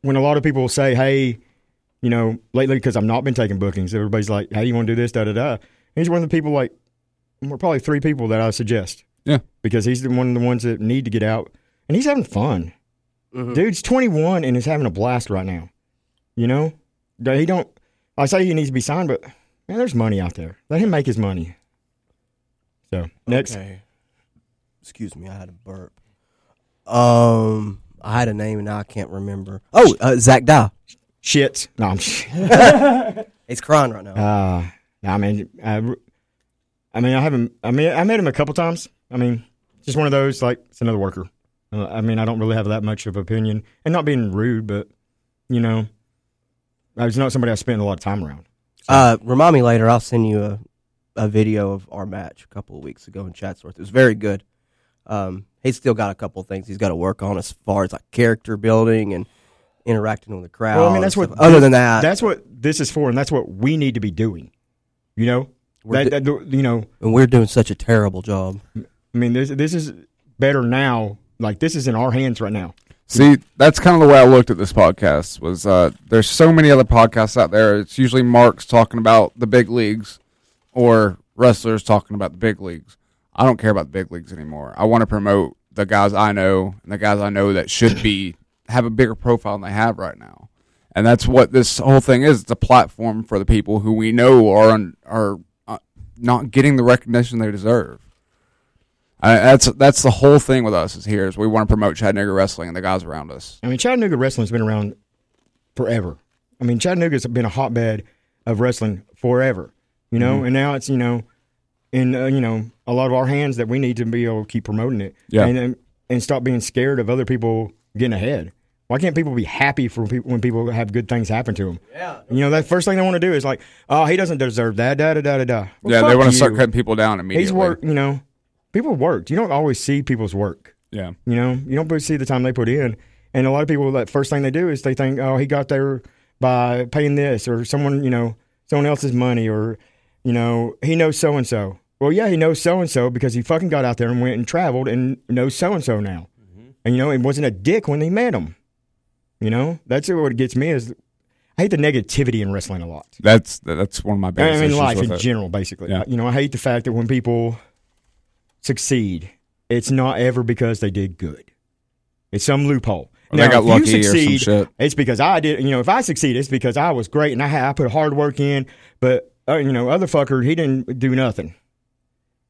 A: when a lot of people say, "Hey, you know, lately because I've not been taking bookings," everybody's like, "Hey, you want to do this?" Da da da. And he's one of the people like, we're probably three people that I suggest.
E: Yeah.
A: because he's the one of the ones that need to get out, and he's having fun. Dude's 21 and is having a blast right now. You know, That he don't. I say he needs to be signed, but man, there's money out there. Let him make his money. So next,
D: Okay. Excuse me, I had a burp. Um, I had a name and now I can't remember. Oh, uh, Zach Dow.
A: shits. No, I'm.
D: He's crying right now.
A: Uh, nah, I mean, I, I mean, I haven't. I mean, I met him a couple times. I mean, just one of those. Like, it's another worker. Uh, I mean, I don't really have that much of opinion, and not being rude, but you know, I was not somebody I spent a lot of time around.
D: Uh, remind me later. I'll send you a, a video of our match a couple of weeks ago in Chatsworth. It was very good. Um, he's still got a couple of things he's got to work on as far as like character building and interacting with the crowd.
A: Well, I mean,
D: and
A: that's what.
D: stuff. Other than that,
A: that's what this is for, and that's what we need to be doing. You know,
D: We're
A: that, that- you know,
D: and we're doing such a terrible job.
A: I mean, this this is better now. Like, this is in our hands right now.
E: See, that's kind of the way I looked at this podcast. Was uh, there's so many other podcasts out there. It's usually Mark's talking about the big leagues, or wrestlers talking about the big leagues. I don't care about the big leagues anymore. I want to promote the guys I know and the guys I know that should be have a bigger profile than they have right now. And that's what this whole thing is. It's a platform for the people who we know are un, are uh, not getting the recognition they deserve. I, that's that's the whole thing with us is here is we want to promote Chattanooga wrestling and the guys around us.
A: I mean, Chattanooga wrestling's been around forever. I mean, Chattanooga's been a hotbed of wrestling forever, you
E: Mm-hmm.
A: know. And now it's you know, in uh, you know, a lot of our hands that we need to be able to keep promoting it,
E: Yeah.
A: and and- and stop being scared of other people getting ahead. Why can't people be happy for people when people have good things happen to them? Yeah, you know, that first thing they want to do is like, oh, he doesn't deserve that, da da da da da. Well,
E: yeah, they
A: fuck
E: want
A: you.
E: to start cutting people down immediately.
A: He's worked, you know. People worked. You don't always see people's work.
E: Yeah,
A: You know, you don't see the time they put in. And a lot of people, that first thing they do is they think, oh, he got there by paying this or someone, you know, someone else's money or, you know, he knows so and so. Well, yeah, he knows so and so because he fucking got out there and went and traveled and knows so and so now. And, you know, it wasn't a dick when they met him. You know, that's what gets me is I hate the negativity in wrestling a lot.
E: that's that's one of my biggest
A: I mean,
E: issues
A: life
E: with
A: in
E: it.
A: general, basically.
E: Yeah.
A: You know, I hate the fact that when people succeed, it's not ever because they did good. It's some loophole.
E: Or they got
A: if
E: lucky
A: you
E: or some
A: succeed,
E: shit.
A: It's because I did. You know, if I succeed, it's because I was great and I had, I put hard work in. But uh, you know, other fucker, he didn't do nothing.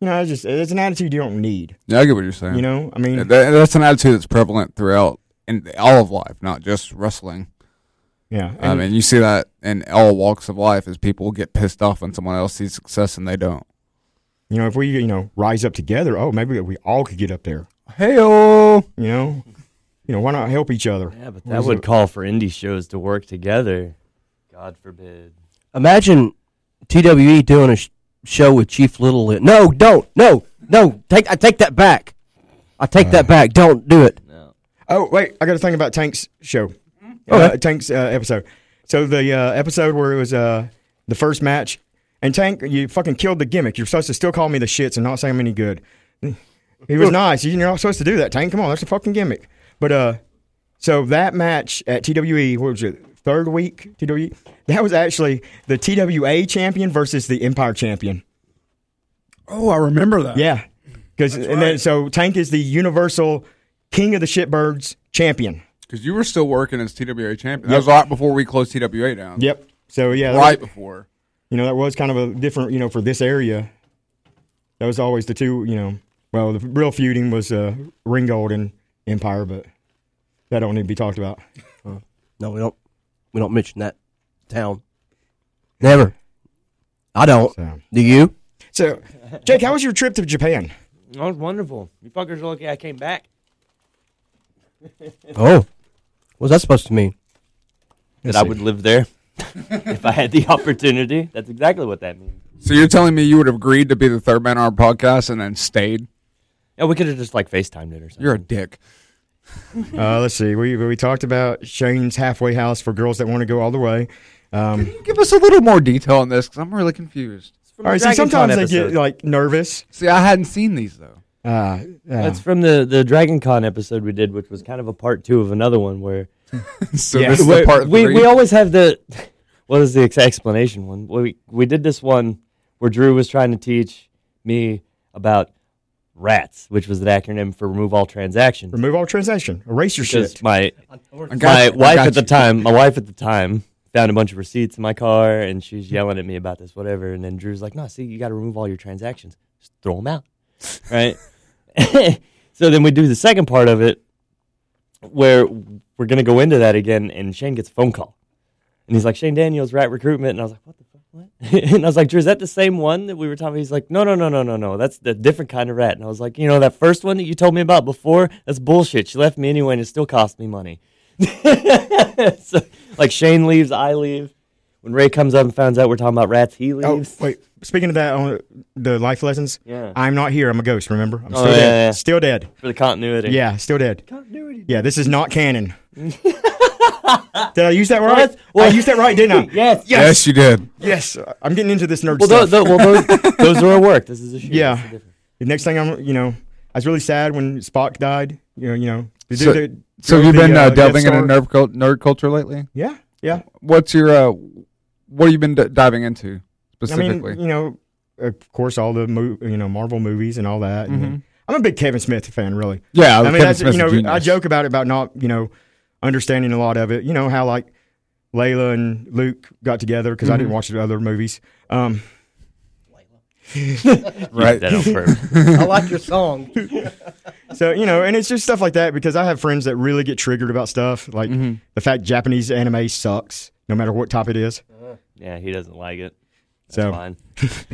A: You know, it's just it's an attitude you don't need.
E: Yeah, I get what you're saying.
A: You know, I mean,
E: Yeah, that- that's an attitude that's prevalent throughout in all of life, not just wrestling.
A: yeah.
E: I
A: And-
E: mean, you see that in all walks of life is people get pissed off when someone else sees success and they don't.
A: you know, if we you know rise up together, oh, maybe we all could get up there.
E: Heyo.
A: You know, you know, why not help each other?
B: Yeah, but that would call for indie shows to work together. God forbid.
D: Imagine TWE doing a sh- show with Chief Little. In- no, don't. No, no. Take I take that back.
A: Uh.
D: I take that back. Don't do it.
A: Oh wait, I got a thing about Tank's show. Uh, Tank's uh, episode. So the uh, episode where it was uh, the first match, and Tank, you fucking killed the gimmick. You're supposed to still call me the shits and not say I'm any good. He was nice. You're not supposed to do that, Tank. Come on, that's a fucking gimmick. But uh, so that match at TWE, what was it? Third week TWE. That was actually the TWA champion versus the Empire champion.
F: Oh, I remember that.
A: Yeah, because and then so Tank is the Universal King of the Shitbirds champion.
E: Because you were still working as TWA champion. That was right before we closed TWA down.
A: Yep. So yeah, that was-
E: Right before.
A: you know that was kind of a different you know for this area that was always the two you know well the real feuding was uh ringgold and empire but that don't need to be talked about
D: No, we don't. We don't mention that town. Never. I don't.
A: so,
D: Do you?
A: so jake how was your trip to japan
B: That was wonderful. You fuckers are lucky I came back.
D: Oh, what's that supposed to mean?
B: That I would live there if I had the opportunity. That's exactly what that means.
E: So you're telling me you would have agreed to be the third man on our podcast and then stayed?
B: Yeah, we could have just like FaceTimed it or something.
E: You're a dick.
A: uh let's see we we talked about shane's halfway house for girls that want to go all the way um
E: Give us a little more detail on this because I'm really confused.
B: From
A: all
B: the
A: right see
B: Dragon
A: sometimes
B: Con
A: they get
B: episode.
A: like nervous
E: See, I hadn't seen these though.
A: uh, uh
B: That's from the the Dragon Con episode we did, which was kind of a part two of another one where
E: So
A: Yeah.
E: this is
B: Wait,
E: the part
B: we
E: three.
B: we always have the what is the ex- explanation one? We we did this one where Drew was trying to teach me about rats, which was an acronym for remove all transactions.
A: remove all transaction erase your shit
B: Because my
E: I got
B: my
E: you, I
B: wife
E: got
B: at the
E: you.
B: time, my wife at the time found a bunch of receipts in my car, and she's yelling at me about this, whatever. And then Drew's like, "No, see, you got to remove all your transactions. Just throw them out, right?" so then we do the second part of it, where we're gonna go into that again, and Shane gets a phone call, and he's like, "Shane Daniels, rat recruitment," and I was like, "What the fuck?" What? and I was like, Drew, is that the same one that we were talking about? He's like, no, no, no, no, no, no. That's the different kind of rat. And I was like, you know, that first one that you told me about before, that's bullshit. She left me anyway and it still cost me money. so, like Shane leaves, I leave. When Ray comes up and finds out we're talking about rats, he
A: Oh
B: leaves.
A: wait! Speaking of that, on the life lessons.
B: Yeah.
A: I'm not here. I'm a ghost. Remember, I'm
B: Oh,
A: still
B: yeah,
A: dead.
B: yeah, yeah.
A: Still dead.
B: for the continuity.
A: Yeah, still dead.
B: Continuity.
A: Yeah, this is not canon. Did I use that right?
B: that's- well-
A: I used that right, didn't I?
B: Yes.
E: yes. you did.
A: Yes, I'm getting into this nerd
B: Well,
A: stuff.
B: those, those, well, those, those are our work. This is a shoot.
A: Yeah.
B: This is different.
A: the next thing I'm, you know, I was really sad when Spock died. You know, you know. The dude
E: So-
A: that
E: So have
A: drove
E: you
A: the,
E: been uh,
A: Death
E: delving into
A: Star-
E: nerd, cult- nerd culture lately?
A: Yeah, yeah.
E: What's your uh, what have you been d- diving into
A: I mean,
E: specifically?
A: you know, of course, all the mo- you know Marvel movies and all that.
B: Mm-hmm.
A: and-
E: Mhm.
A: I'm a big Kevin Smith fan, really.
E: yeah,
A: I mean,
E: Kevin
A: that's,
E: Smith's
A: you
E: a
A: know,
E: genius.
A: I joke about it about not, you know, understanding a lot of it. You know how like Layla and Luke got together because I didn't watch the other movies. Um,
E: right?
B: That on purpose.
D: I like your song.
A: so you know, and it's just stuff like that because I have friends that really get triggered about stuff like the fact Japanese anime sucks, no matter what type it is.
B: Yeah, he doesn't like it. That's
A: So-
B: fine.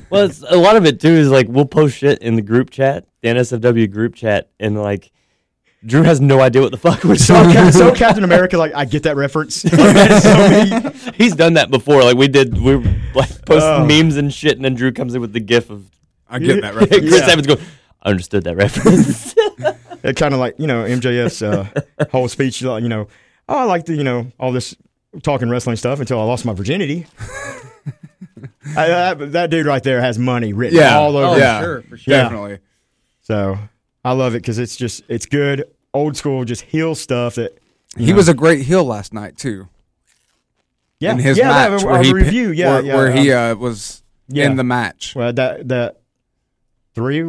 B: well, it's, a lot of it too is like we'll post shit in the group chat, the NSFW group chat, and like Drew has no idea what the fuck we're
A: So,
B: talking.
A: Cap- so Captain America, like I get that reference. so many-
B: He's done that before. Like we did, we were like posting
A: Oh.
B: memes and shit, and then Drew comes in with the gif of
E: I get that reference.
B: Chris Evans going. I understood that reference.
A: it kind of Uh, like you know MJF's uh, whole speech. like, You know, oh, I like the you know all this talking wrestling stuff until I lost my virginity. I, I, that dude right there has money written
E: Yeah.
A: all over.
E: Oh,
A: it.
E: yeah.
F: sure, for sure.
A: Yeah.
E: Definitely.
A: So I love it because it's just it's good old school, just heel stuff that.
E: He was a great heel last night too.
A: Yeah,
E: in his
A: yeah,
E: match
A: that-
E: where
A: a
E: he pi-
A: review, yeah,
E: where,
A: yeah,
E: where he
A: um,
E: uh, was
A: yeah.
E: in the match.
A: well that that three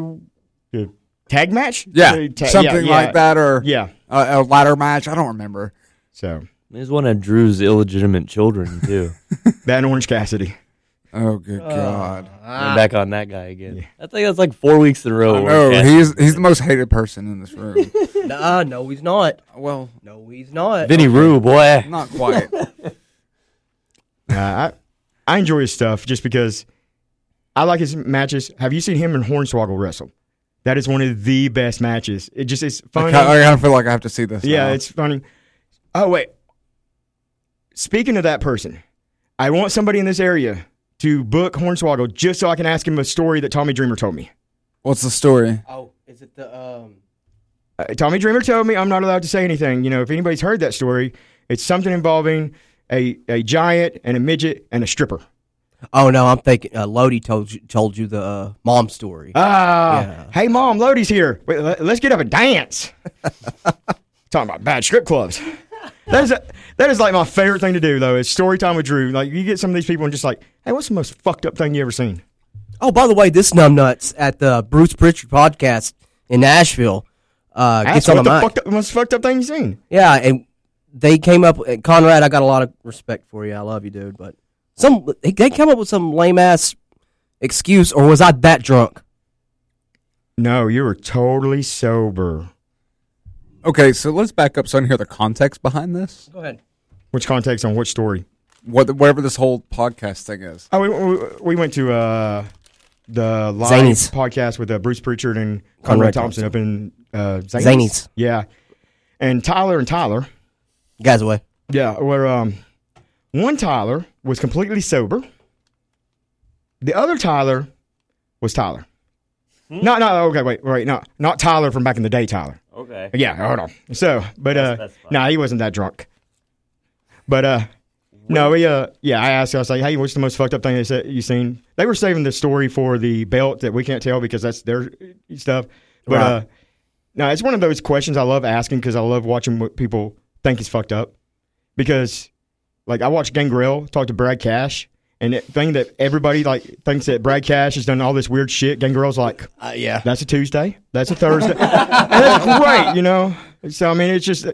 A: the tag match,
E: Yeah,
A: The ta-
E: something
A: yeah,
E: like
A: yeah,
E: that, or
A: Yeah,
E: a, a ladder match. I don't remember.
A: so
B: There's one of Drew's illegitimate children too.
A: that and Orange Cassidy.
E: Oh, good god!
B: We're back on that guy again. I think that's like four weeks in a row. where
E: No,
B: Cat-
E: he's he's the most hated person in this room.
D: Nah, no, he's not.
E: well,
D: No, he's not.
B: Vinny Rue, boy.
E: not quite.
A: Oh, Uh, I I enjoy his stuff just because I like his matches. Have you seen him and Hornswoggle wrestle? That is one of the best matches. It just it's
E: I
A: funny.
E: kind of feel like I have to see this.
A: Yeah,
E: now.
A: it's funny. Oh wait. Speaking of that person, I want somebody in this area to book Hornswoggle just so I can ask him a story that Tommy Dreamer told me.
E: what's the story?
D: Oh, is it the um?
A: Uh, Tommy Dreamer told me I'm not allowed to say anything. You know, if anybody's heard that story, It's something involving a, a giant and a midget and a stripper.
D: Oh no, I'm thinking uh, Lodi told you, told you the uh, mom story.
A: Ah,
D: Yeah.
A: hey mom, Lodi's here. Wait, let- let's get up and dance. Talking about bad strip clubs. That is a, that is like my favorite thing to do though. Is story time with Drew. Like you get some of these people and just like, hey, what's the most fucked up thing you ever seen?
D: Oh, by the way, this numbnuts at the Bruce Pritchard podcast in Nashville uh,
A: Ask
D: gets on
A: what
D: the
A: the
D: mic.
A: fucked up, most fucked up thing you seen.
D: Yeah, and they came up. And Conrad, I got a lot of respect for you. I love you, dude. But some they they come up with some lame ass excuse, or was I that drunk?
A: No, you were totally sober.
E: Okay, so let's back up so I can hear the context behind this.
D: Go ahead.
A: Which context on which story?
E: What, whatever this whole podcast thing is.
A: Oh, we, we, we went to uh, the live
D: Zanies.
A: podcast with uh, Bruce Pritchard and Conrad
D: Conrad
A: Thompson up in uh, Zanies.
D: Zanies.
A: Yeah, and Tyler and Tyler.
D: Guys away.
A: Yeah, where um, one Tyler was completely sober. The other Tyler was Tyler.
B: Hmm?
A: No, no, okay, wait, wait, no, not Tyler from back in the day, Tyler.
B: Okay.
A: Yeah, hold on. So, but uh,
B: that's fine.
A: no, he wasn't that drunk. But uh, no, we uh, yeah, I asked. I was like, hey, what's the most fucked up thing they said you seen? They were saving the story for the belt that we can't tell because that's their stuff. But uh, no, it's one of those questions I love asking because I love watching what people think is fucked up. Because, like, I watched Gangrel talk to Brad Cash, and the thing that everybody like thinks that Brad Cash has done all this weird shit. Gangrel's like,
D: Uh, yeah.
A: that's a Tuesday. That's a Thursday. and that's great, you know. So I mean, it's just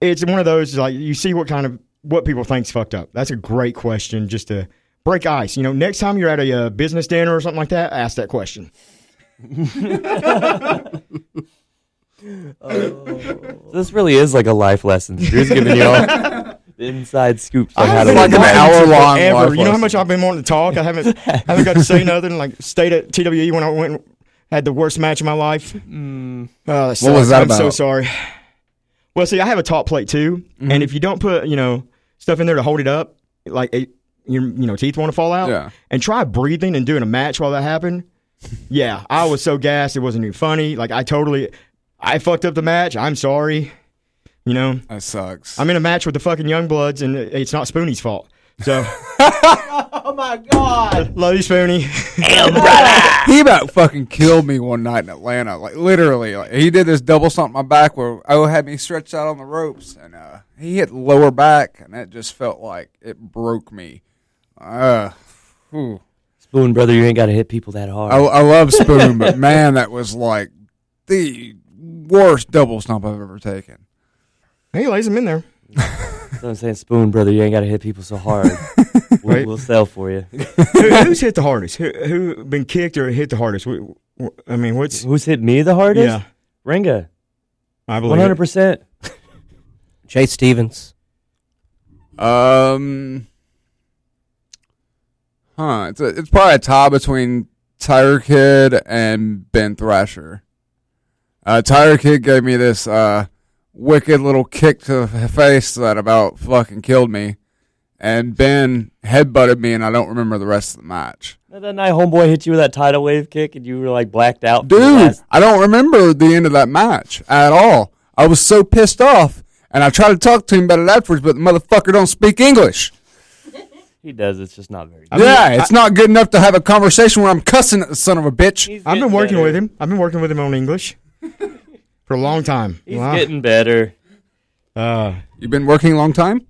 A: it's one of those like you see what kind of what people think's fucked up. That's a great question just to break ice. You know, next time you're at a uh, business dinner or something like that, ask that question.
B: This really is like a life lesson. Drew's giving you all the inside scoops on how to
E: like an
B: live.
E: hour-long life
A: You know how
E: lesson.
A: much I've been wanting to talk. I haven't haven't got to say nothing. Like stayed at TWE when I went. and Had the worst match of my life. Oh, that
E: Mm. What was
A: sucks.
E: that
A: I'm so
E: about?
A: sorry. Well, see, I have a top plate too,
E: Mm-hmm.
A: and if you don't put you know stuff in there to hold it up, like it, your you know teeth want to fall out,
E: Yeah.
A: and try breathing and doing a match while that happened. yeah, I was so gassed it wasn't even funny. Like I totally, I fucked up the match. I'm sorry. You know,
E: That sucks.
A: I'm in a match with the fucking Youngbloods, and it- it's not Spoonie's fault. So.
D: Oh my god.
A: Love you, Spoonie.
E: he about fucking killed me one night in Atlanta. Like literally, like he did this double stomp on my back where O had me stretched out on the ropes, and uh, he hit lower back, and that just felt like it broke me. Uh, whew.
B: Spoon brother, you ain't got to hit people that hard.
E: I, I love Spoon, but man, that was like the worst double stomp I've ever taken.
A: he lays him in there.
B: That's what I'm saying, Spoon brother, you ain't got to hit people so hard. we'll,
A: Right.
B: we'll sell for you.
A: Who, who's hit the hardest? Who, who been kicked or hit the hardest? Wh- wh- I mean, what's
B: Who's hit me the hardest?
A: yeah?
B: Ringa,
A: I believe. it.
B: 100%.
D: Chase Stevens.
E: Um, huh? It's a, it's probably a tie between Tire Kid and Ben Thrasher. Uh, Tire Kid gave me this uh wicked little kick to the face that about fucking killed me, and Ben headbutted me, and I don't remember the rest of the match.
B: Remember That night, homeboy hit you with that tidal wave kick, and you were like blacked out. for the
E: Dude,
B: last-
E: I don't remember the end of that match at all. I was so pissed off, and I tried to talk to him about it afterwards, but the motherfucker don't speak English.
B: he does. It's just not very.
A: mean,
E: yeah, it's not good enough to have a conversation where I'm cussing at the son of a bitch.
B: He's
A: I've been
B: getting
A: working
B: better.
A: with him. I've been working with him on English for a long time.
B: He's
A: Wow.
B: getting better.
A: uh,
E: You've been working a long time?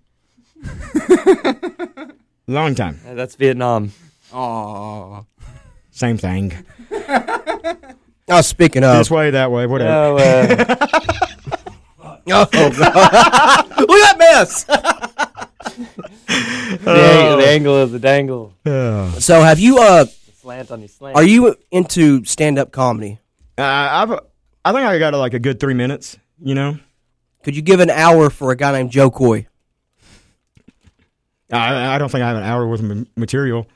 A: long time.
B: Yeah, That's Vietnam.
E: Oh.
A: Same thing.
D: Oh, speaking of,
A: this way, that way, whatever.
B: No, uh,
D: Oh, look at that mess.
B: the, ang- the angle is the dangle.
A: Uh,
D: so, have you? Uh,
B: The slant on your slant.
D: are you into stand-up comedy?
A: I've, I think I got uh, like a good three minutes. You know,
D: Could you give an hour for a guy named Joe Coy?
A: I, I don't think I have an hour worth of ma- material.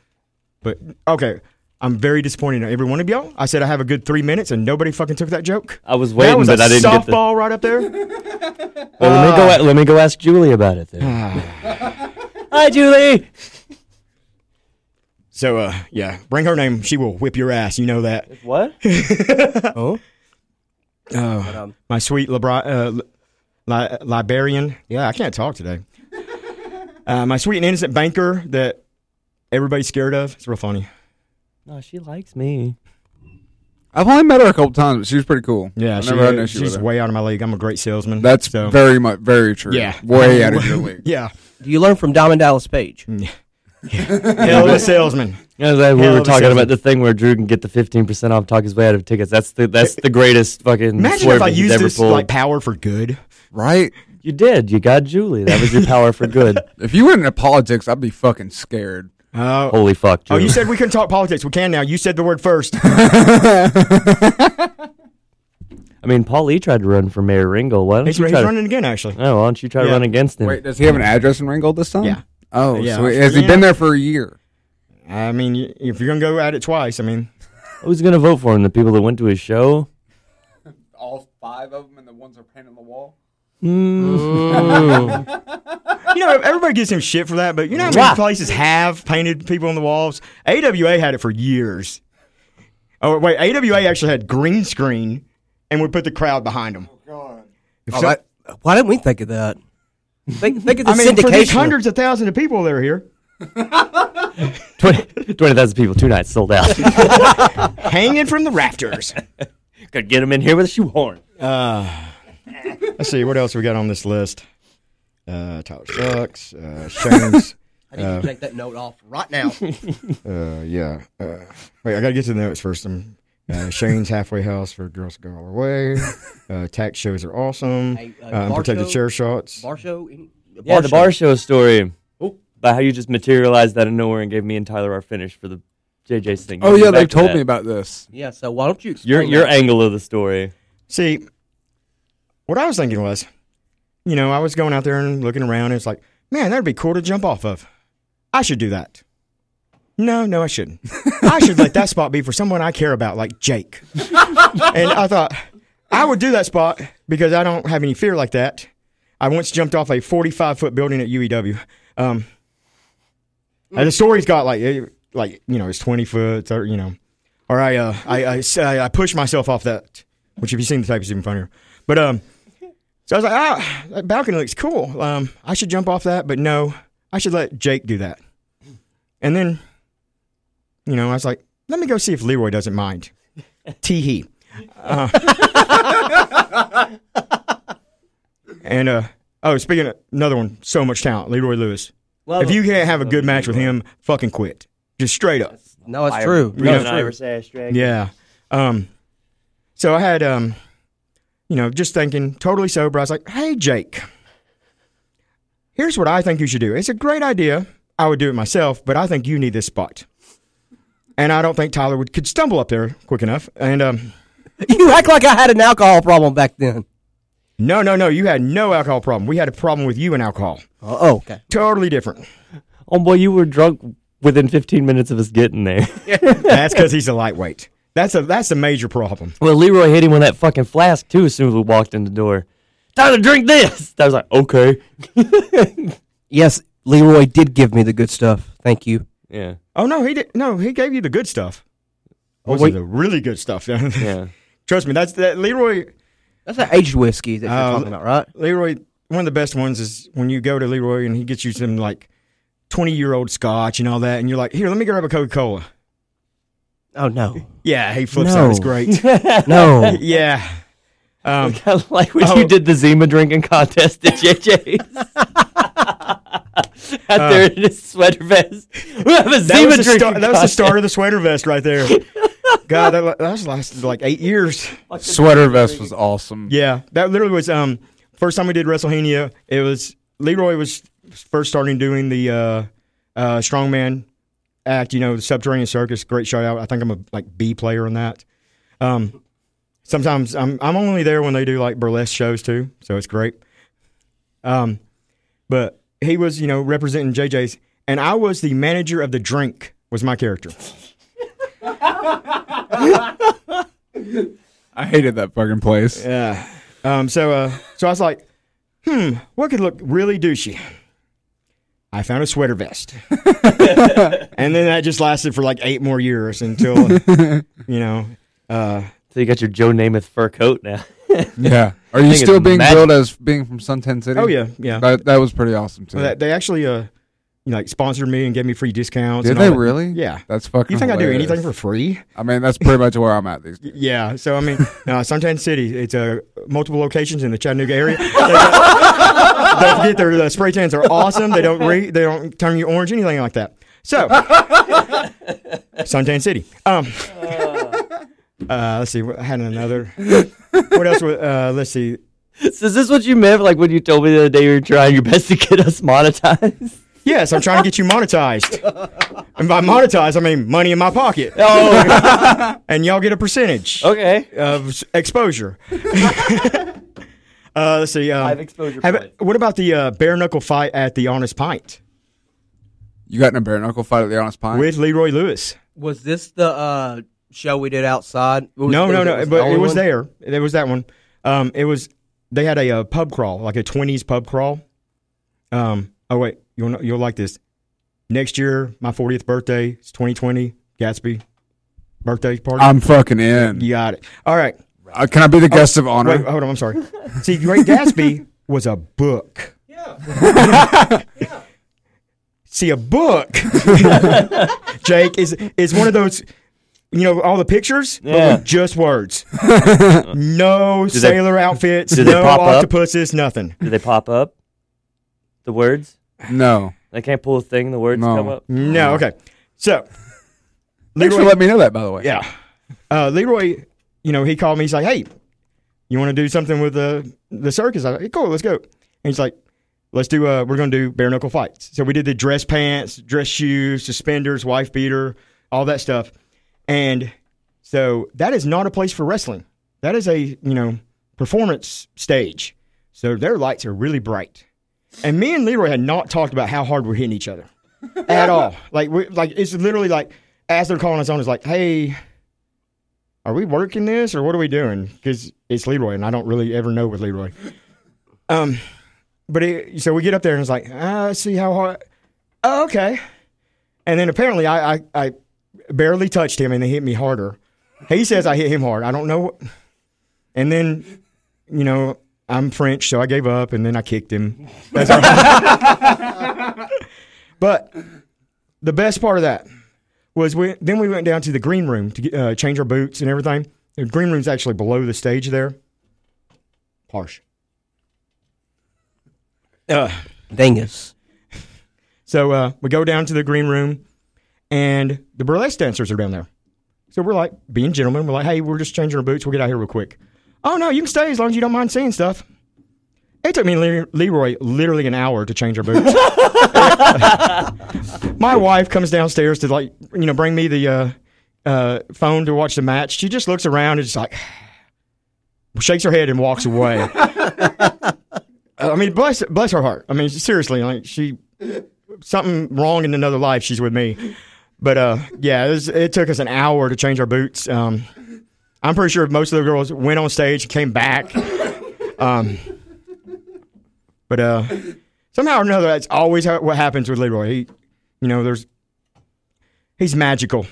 A: But okay, I'm very disappointed in every one of y'all. I said I have a good three minutes, and nobody fucking took that joke.
B: I was
A: that
B: waiting,
A: was
B: but
A: a
B: I didn't get the.
A: softball right up there.
B: Well, let me go. a- Let me go ask Julie about it. Then. Ah. Hi, Julie.
A: So uh, yeah, bring her name. She will whip your ass. You know that.
B: What?
D: Oh,
A: My sweet LeBron, uh, Li- Liberian. Yeah, I can't talk today. uh, my sweet and innocent banker that everybody's scared of. It's real funny.
B: No, she likes me.
E: I've only met her a couple times, but she was pretty cool.
A: Yeah,
E: I
A: she,
E: never had an issue with
A: she's
E: her.
A: way out of my league. I'm a great salesman.
E: That's
A: so,
E: very much very true.
A: Yeah.
E: way out of your league.
A: yeah.
D: Do you learn from Diamond Dallas Page?
A: Hell of a salesman.
B: You know, that we
A: Hell of
B: were
A: a
B: talking
A: salesman.
B: about the thing where Drew can get the fifteen percent off, talk his way out of tickets. That's the that's the greatest fucking
A: Imagine
B: swerve
A: if I
B: he's
A: used
B: ever
A: this
B: pulled.
A: like power for good.
E: Right?
B: you did. You got Julie. That was your power for good.
E: If you went into politics, I'd be fucking scared.
A: Oh,
B: Holy fuck, Drew.
A: oh, you said we couldn't talk politics. We can now. You said the word first.
B: I mean, Paul Lee tried to run for Mayor Ringel. Why don't
A: He's,
B: you
A: he's
B: try?
A: running again, actually.
B: To, oh, why don't you try to
A: Yeah.
B: run against him?
E: Wait, does he have an address in Ringgold this time?
A: Yeah.
E: Oh,
A: Yeah.
E: so has he
A: Yeah.
E: been there for a year?
A: I mean, y- if you're gonna go at it twice, I mean,
B: Who's gonna vote for him? The people that went to his show.
E: All five of them, and the ones are painting the wall.
A: you know, everybody gives him shit for that, but you know how many
B: Why?
A: places have painted people on the walls? AWA had it for years. Oh wait, AWA actually had green screen and would put the crowd behind them.
D: Oh, that- why didn't we think of that? Think, think of the
A: I mean, for these
D: syndication.
A: hundreds of thousands of people that are here,
B: 20 20,000 people, two nights sold out.
A: hanging from the rafters.
B: Could get him in here with a shoehorn.
A: Let's see what else we got on this list. Uh, Tyler sucks. Uh, Shane's.
D: I need you to take that note off right now.
A: Uh, yeah. Uh, wait, I gotta get to the notes first. Um, uh, Shane's halfway house for girls to go all the way. Uh, tax shows are awesome.
D: Hey, uh,
A: uh, unprotected
D: Barstow-
A: chair shots.
D: bar show. in-
B: Yeah, the
D: show.
B: bar show story. About how you just materialized out of nowhere and gave me and Tyler our finish for the JJ thing.
E: Oh
B: Get
E: yeah,
B: back
E: they've
B: to
E: told
B: that.
E: me about this.
D: Yeah, so why don't you explain
B: your your
D: that?
B: angle of the story.
A: See, what I was thinking was, you know, I was going out there and looking around, and it's like, man, that'd be cool to jump off of. I should do that. No, no, I shouldn't. I should let that spot be for someone I care about, like Jake. and I thought, I would do that spot because I don't have any fear like that. I once jumped off a 45 foot building at UEW. Um, and the story's got like, eh, like you know, it's 20 foot, 30, you know. Or I, uh, I, I, s- I- I pushed myself off that, which if you've seen the tape, is even funnier. But um, so I was like, ah, that balcony looks cool. Um, I should jump off that, but no, I should let Jake do that. And then, you know, I was like, let me go see if Leroy doesn't mind. Tee hee. Uh, and uh, oh, speaking of another one, so much talent, Leroy Lewis.
B: Love
A: if
B: him.
A: you can't have a good match with him, fucking quit. Just straight up.
D: No, it's true.
A: Yeah.
B: Real
A: Yeah.
B: Irish ass dragon.
A: Yeah. Um, so I had, um, you know, just thinking, totally sober. I was like, hey, Jake, here's what I think you should do. It's a great idea. I would do it myself, but I think you need this spot. And I don't think Tyler would could stumble up there quick enough. And um,
D: You act like I had an alcohol problem back then.
A: no, no, no, you had no alcohol problem. We had a problem with you and alcohol.
D: Uh, oh, okay.
A: Totally different.
B: Oh boy, you were drunk within 15 minutes of us getting there.
A: That's because he's a lightweight. That's a that's a major problem.
B: well, Leroy hit him with that fucking flask too as soon as we walked in the door. Tyler, drink this. I was like, okay.
D: Yes, Leroy did give me the good stuff. Thank you.
B: Yeah.
A: Oh no, he did. No, he gave you the good stuff. Oh,
B: wait.
A: the really good stuff.
B: Yeah.
A: Trust me, that's that Leroy.
D: That's that aged whiskey that you're
A: Uh,
D: talking about, right?
A: Leroy, one of the best ones is when you go to Leroy and he gets you some like twenty year old scotch and all that, and you're like, here, let me grab a Coca Cola.
D: Oh no,
A: Yeah, he flips out. It's
D: No.
A: great.
D: no.
A: yeah. Um,
B: I like when
A: Oh.
B: you did the Zima drinking contest at JJ's. Out there in his sweater vest. We have a
A: that,
B: Zima
A: was the
B: drinking
A: star, that was the
B: contest.
A: start of the sweater vest right there. God, that, la- that was lasted like eight years.
E: Sweater vest was awesome.
A: Yeah, that literally was um first time we did WrestleMania. It was Leroy was first starting doing the uh, uh, strongman act. You know, the subterranean circus. Great shout out. I think I'm a like B player on that. Um, sometimes I'm I'm only there when they do like burlesque shows too, so it's great. Um, but he was you know representing JJ's, and I was the manager of the drink. Was my character.
E: I hated that fucking place.
A: Yeah. Um, so, uh, so I was like, hmm, what could look really douchey? I found a sweater vest. and then that just lasted for like eight more years until, you know, uh,
B: So you got your Joe Namath fur coat now.
E: yeah. Are you
B: think it's
E: still being
B: magic.
E: billed as being from Sun City?
A: Oh yeah, yeah.
E: That, that was pretty awesome too.
A: So that, they actually uh, you know, like sponsored me and gave me free discounts.
E: Did
A: and
E: they
A: all that.
E: really?
A: Yeah.
E: That's fucking.
A: You think I do
E: hilarious.
A: anything for free?
E: I mean, that's pretty much where I'm at these. days.
A: Y- Yeah. So I mean, no, Suntan City. It's uh, multiple locations in the Chattanooga area. They got- don't forget their uh, spray tans are awesome. They don't re- they don't turn you orange, anything like that. So, Suntan City. Um, uh, let's see. I had another. What else? Was, uh, let's see.
B: So is this what you meant? Like when you told me the other day you were trying your best to get us monetized?
A: Yes, I'm trying to get you monetized. And by monetized, I mean money in my pocket.
B: Oh,
A: And y'all get a percentage
B: okay.
A: of s- exposure. uh, let's see. Um,
B: I have exposure
A: have-
B: points.
A: what about the uh, bare knuckle fight at the Honest Pint
E: You got in a bare knuckle fight at the Honest Pine.
A: with Leroy Lewis?
D: Was this the uh, show we did outside? What was-
A: No,
D: was
A: no, no.
D: was the
A: but
D: only
A: it was
D: one?
A: there. There was that one. Um, it was. They had a, uh pub crawl, like a '20s pub crawl. Um. Oh wait, you'll know- you'll like this. Next year, my 40th birthday. It's 2020. Gatsby birthday party.
E: I'm fucking in.
A: you got it. All right.
E: Uh, can I be the guest of honor?
A: Oh, Wait, uh, hold on. I'm sorry. See, Great Gatsby was a book. Yeah. See, a book, Jake, is is one of those, you know, all the pictures, but
B: Yeah.
A: with just words. no
B: they-
A: sailor outfits,
B: do they
A: no
B: pop up?
A: octopuses, nothing.
B: Do they pop up? The words?
E: no.
B: I can't pull a thing. The words
E: No.
B: come up.
A: No, okay. So,
E: Thanks for
A: Leroy-
E: letting me know that, by the way.
A: Yeah. Uh, Leroy, you know, he called me. He's like, hey, you want to do something with the, the circus? I was like, cool, let's go. And he's like, let's do, uh, we're going to do bare knuckle fights. So we did the dress pants, dress shoes, suspenders, wife beater, all that stuff. And so that is not a place for wrestling. That is a, you know, performance stage. So their lights are really bright. And me and Leroy had not talked about how hard we're hitting each other at all. Like we like it's literally like as they're calling us on, it's like, hey, are we working this or what are we doing? Because it's Leroy, and I don't really ever know with Leroy. Um, but it, so we get up there and it's like, ah, let's see how hard. Oh, okay. And then apparently I, I I barely touched him and they hit me harder. He says I hit him hard. I don't know. what- And then, you know, I'm French, so I gave up and then I kicked him. That's all right. but the best part of that was we then we went down to the green room to get, uh, change our boots and everything. The green room's actually below the stage there. Harsh. Uh,
D: Dingus.
A: so uh, we go down to the green room, and the burlesque dancers are down there. So we're like, being gentlemen, we're like, hey, we're just changing our boots. We'll get out here real quick. Oh, no, you can stay as long as you don't mind seeing stuff. It took me and Le- Leroy literally an hour to change our boots. My wife comes downstairs to, like, you know, bring me the uh, uh, phone to watch the match. She just looks around and just like, shakes her head and walks away. I mean, bless, bless her heart. I mean, seriously, like, she something wrong in another life. She's with me. But uh, yeah, it, was, it took us an hour to change our boots. Um, I'm pretty sure most of the girls went on stage and came back. Um, but uh, somehow or another, that's always how, what happens with Leroy. He, you know, there's he's magical,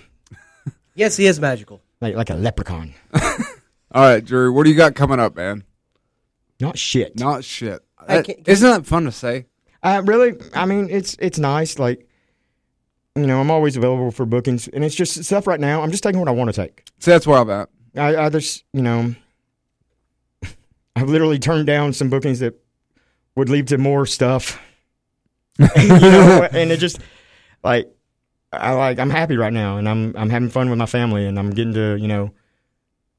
D: Yes, he is magical.
A: like, like a leprechaun.
E: All right, Drew. What do you got coming up, man?
A: Not shit.
E: Not shit.
D: I
E: That-
D: can't-
E: isn't that fun to say?
A: Uh, really, I mean, it's it's nice. Like, you know, I'm always available for bookings, and it's just stuff right now. I'm just taking what I want to take.
E: See, that's where I'm at.
A: I, I just, you know, I've literally turned down some bookings that would lead to more stuff. you know, and it just like I like I'm happy right now, and I'm I'm having fun with my family, and I'm getting to you know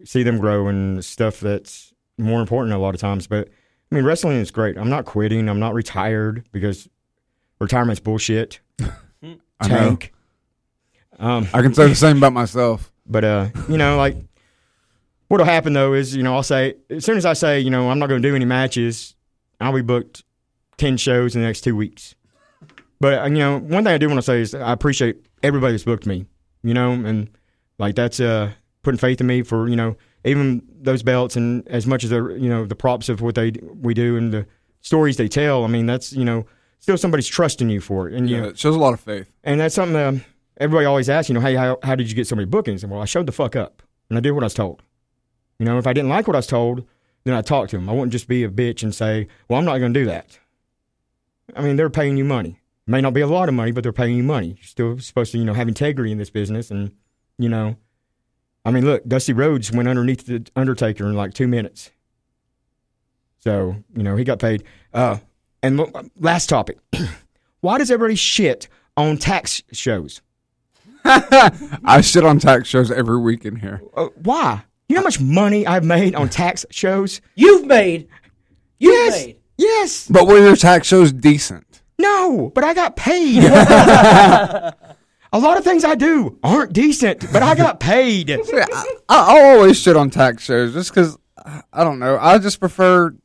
A: see them grow and stuff that's more important a lot of times. But I mean, wrestling is great. I'm not quitting. I'm not retired because retirement's bullshit.
E: I know.
A: Tank. Um,
E: I can say the same about myself.
A: but uh, you know, like what'll happen though is, you know, I'll say as soon as I say, you know, I'm not gonna do any matches, I'll be booked ten shows in the next two weeks. But uh, you know, one thing I do want to say is I appreciate everybody that's booked me, you know, and like that's uh putting faith in me for, you know, even those belts and as much as the you know, the props of what they we do and the stories they tell, I mean that's, you know, still somebody's trusting you for it. And you
E: Yeah,
A: know,
E: it shows a lot of faith.
A: and that's something um, everybody always asks, you know, hey, how, how did you get so many bookings? And well, I showed the fuck up and I did what I was told. You know, if I didn't like what I was told, then I talk to them. I wouldn't just be a bitch and say, "Well, I'm not going to do that." I mean, they're paying you money. May not be a lot of money, but they're paying you money. You're still supposed to, you know, have integrity in this business, and you know, I mean, look, Dusty Rhodes went underneath the Undertaker in like two minutes. So you know, he got paid. Uh, and l- last topic: Why does everybody shit on tax shows?
E: I shit on tax shows every week in here.
A: Uh, why? You know how much money I've made on tax shows?
D: You've made. You've
A: Yes.
D: made.
A: Yes.
E: But were your tax shows decent?
A: No, but I got paid. A lot of things I do aren't decent, but I got paid.
E: Yeah, I, I I'll always shit on tax shows just because I don't know. I just prefer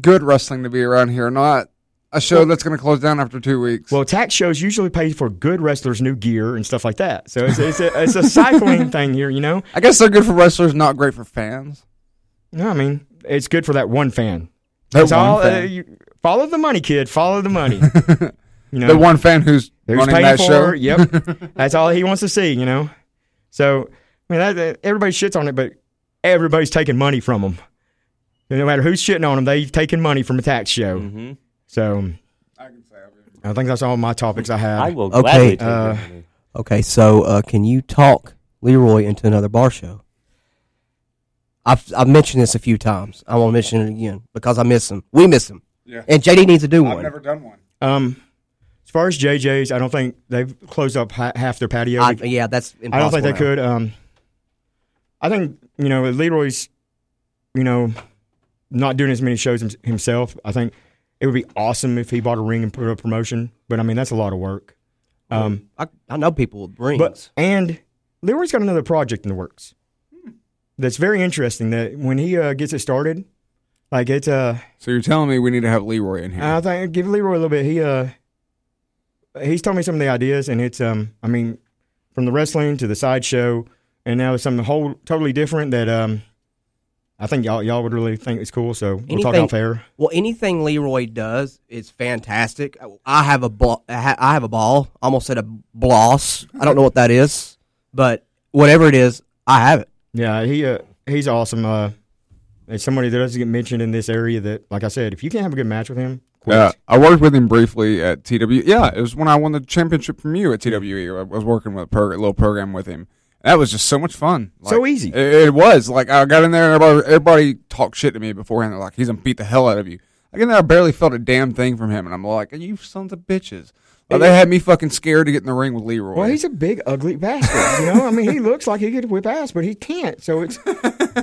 E: good wrestling to be around here, not a show that's going to close down after two weeks.
A: Well, tax shows usually pay for good wrestlers' new gear and stuff like that. So it's, it's, a, it's a cycling thing here, you know?
E: I guess they're good for wrestlers, not great for fans.
A: No, I mean, it's good for that one fan.
E: That
A: It's
E: one
A: all,
E: fan.
A: uh, you- follow the money, kid. Follow the money. You know,
E: The one fan who's
A: who's
E: running
A: paying
E: that
A: for
E: show.
A: it, Yep. That's all he wants to see, you know? So, I mean, that, that- everybody shits on it, but everybody's taking money from them. No matter who's shitting on them, they've taken money from a tax show.
B: Mm-hmm.
A: So, I think that's all my topics I have.
B: I will
D: Okay,
B: gladly take
A: uh,
B: that money.
D: Okay, so uh, can you talk Leroy into another bar show? I've, I've mentioned this a few times. I won't mention it again because I miss him. We miss him.
E: Yeah.
D: And JD needs to do one.
E: done one.
A: Um, as far as JJ's, I don't think they've closed up ha- half their patio.
D: I, yeah, that's impossible.
A: I don't think they
D: now.
A: could. Um, I think you know Leroy's, you know, not doing as many shows him- himself. I think it would be awesome if he bought a ring and put a promotion, but I mean that's a lot of work. Um,
D: I, I know people with rings.
A: but and Leroy's got another project in the works that's very interesting. That when he uh, gets it started, like it's uh,
E: So you're telling me we need to have Leroy in here?
A: I think give Leroy a little bit. He uh, he's told me some of the ideas, and it's um, I mean, from the wrestling to the sideshow, and now it's something whole totally different that um, I think y'all y'all would really think it's cool. So we'll talk
D: Anything-
A: off air.
D: Well, anything Leroy does is fantastic. I have a ball. I have a ball. I Almost said a bloss. I don't know what that is, but whatever it is, I have it.
A: Yeah, he uh, he's awesome. Uh, it's somebody that doesn't get mentioned in this area. That like I said, if you can't have a good match with him, quit.
E: Yeah, I worked with him briefly at TW. Yeah, it was when I won the championship from you at TWE. I was working with a prog- little program with him. That was just so much fun. Like,
A: So easy.
E: It, it was. Like, I got in there and everybody, everybody talked shit to me beforehand. They're like, he's going to beat the hell out of you. I get in there, I barely felt a damn thing from him. And I'm like, you sons of bitches. Like, they had me fucking scared to get in the ring with Leroy.
A: Well, he's a big, ugly bastard. You know, I mean, he looks like he could whip ass, but he can't. So it's,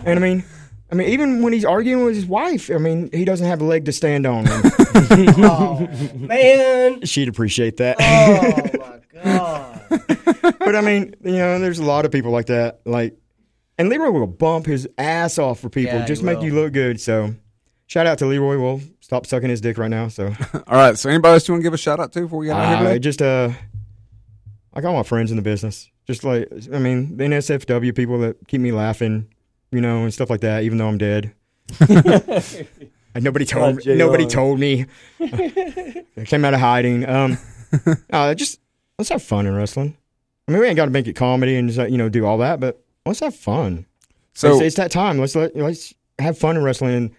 A: and I mean, I mean, even when he's arguing with his wife, I mean, he doesn't have a leg to stand on. And
D: Man,
A: she'd appreciate that.
D: oh my god!
A: but I mean, you know, there's a lot of people like that. Like, and Leroy will bump his ass off for people,
D: Yeah, he
A: just make
D: will.
A: you look good. So, shout out to Leroy. We'll stop sucking his dick right now. So,
E: All right, so anybody else you want to give a shout out to before we get out of here
A: I
E: today?
A: just uh, like all my friends in the business, just like I mean, the NSFW people that keep me laughing, you know, and stuff like that, even though I'm dead. And nobody told
B: God, J.
A: nobody
B: Long.
A: told me. I came out of hiding. Um, uh, just let's have fun in wrestling. I mean, we ain't got to make it comedy and just like, you know do all that, but let's have fun.
E: So,
A: it's, it's that time. Let's let, let's have fun in wrestling and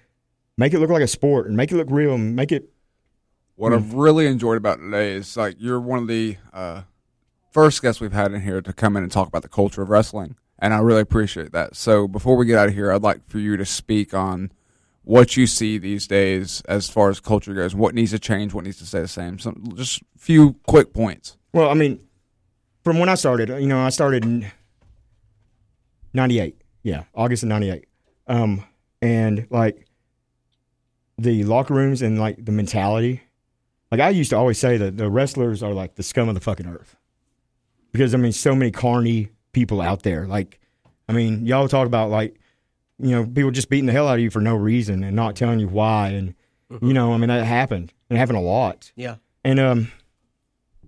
A: make it look like a sport and make it look real and make it
E: What I've really enjoyed about today is like you're one of the uh, first guests we've had in here to come in and talk about the culture of wrestling, and I really appreciate that. So before we get out of here, I'd like for you to speak on what you see these days as far as culture goes, what needs to change, what needs to stay the same. Some just few quick points.
A: Well, I mean, from when I started, you know, I started in '98. Yeah, August of '98. Um, and like the locker rooms and like the mentality. Like I used to always say that the wrestlers are like the scum of the fucking earth, because I mean, so many carny people out there. Like, I mean, y'all talk about like, you know, people just beating the hell out of you for no reason and not telling you why, and you know, I mean, that happened. It happened a lot.
D: Yeah,
A: And um,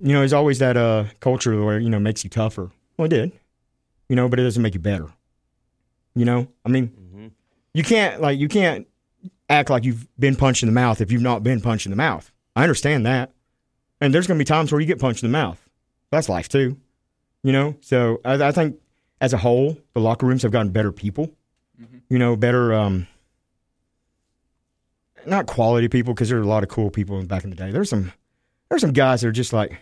A: you know, there's always that uh culture where you know makes you tougher. Well, it did, you know, but it doesn't make you better. You know, I mean, you can't like you can't act like you've been punched in the mouth if you've not been punched in the mouth. I understand that, and there's gonna be times where you get punched in the mouth. That's life too, you know. So I, I think as a whole, the locker rooms have gotten better people. You know, better um, not quality people because there were a lot of cool people in- back in the day. There's some there's some guys that are just like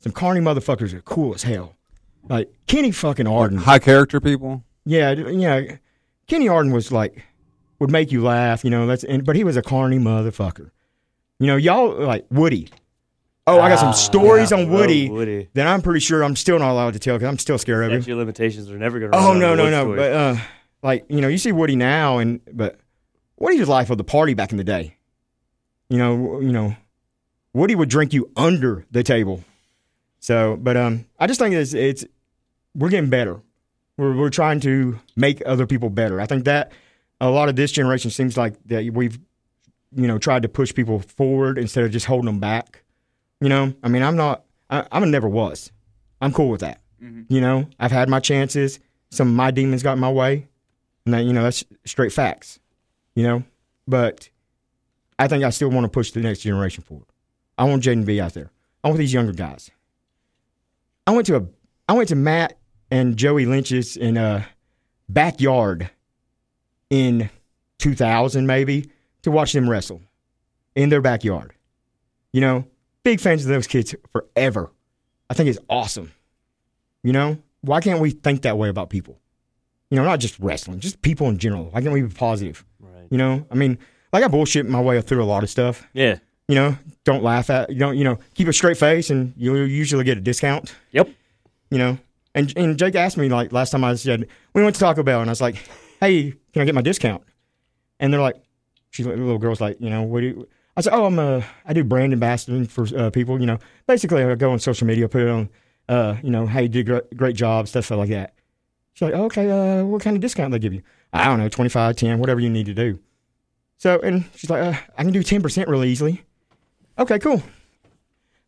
A: some carny motherfuckers that are cool as hell. Like Kenny fucking Arden.
E: High character people.
A: Yeah, d- yeah. Kenny Arden was like would make you laugh, you know. That's and, but he was a carny motherfucker. You know, y'all like Woody. Oh, I got some stories on Woody,
B: Oh, Ah, Woody.
A: that I'm pretty sure I'm still not allowed to tell because I'm still scared of him.
B: Statue of limitations are never going to.
A: Oh no no no! But uh, like you know, you see Woody now, and but Woody's life of the party back in the day. You know, w- you know, Woody would drink you under the table. So, but um, I just think it's it's we're getting better. We're we're trying to make other people better. I think that a lot of this generation seems like that we've you know tried to push people forward instead of just holding them back. You know, I mean, I'm not. I, I never was. I'm cool with that. You know, I've had my chances. Some of my demons got in my way. And that, you know, that's straight facts, you know? But I think I still want to push the next generation forward. I want Jaden to be out there. I want these younger guys. I went to a, I went to Matt and Joey Lynch's in a backyard in 2000 maybe to watch them wrestle in their backyard. You know, big fans of those kids forever. I think it's awesome. You know, why can't we think that way about people? You know, not just wrestling, just people in general. Why can't we be positive?
B: Right.
A: You know, I mean, like I bullshit my way through a lot of stuff.
B: Yeah.
A: You know, don't laugh at. You don't. You know, keep a straight face, and you'll usually get a discount.
B: Yep.
A: You know, and and Jake asked me like last time I said we went to Taco Bell, and I was like, "Hey, can I get my discount?" And they're like, "She the little girl's like, you know, what do you?" I said, "Oh, I'm a I do brand ambassadoring for uh, people. You know, basically I go on social media, put it on, uh, you know, how you did great, great job, stuff like that." She's like, "Okay, uh, what kind of discount they give you?" I don't know, 25, 10, whatever you need to do. So, and she's like, uh, "I can do ten percent really easily." Okay, cool.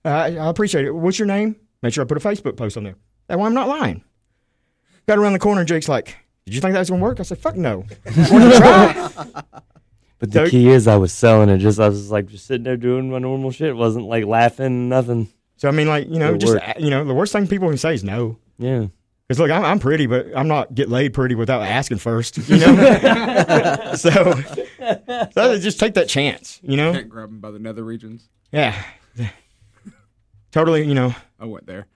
A: Uh, I I appreciate it. What's your name? Make sure I put a Facebook post on there. That way I'm not lying. Got around the corner, and Jake's like, Did you think that was going to work? I said, Fuck no.
B: But the
A: So-
B: key is, I was selling it. Just I was just like just sitting there doing my normal shit. wasn't like laughing nothing.
A: So, I mean, like, you know,
B: It
A: just,
B: worked.
A: you know, the worst thing people can say is no.
B: Yeah.
A: Because, look, I'm, I'm pretty, but I'm not get laid pretty without asking first, you know? so, so I just take that chance, you know?
E: Can't grab them by the nether regions.
A: Yeah. Totally, you know,
E: I went there.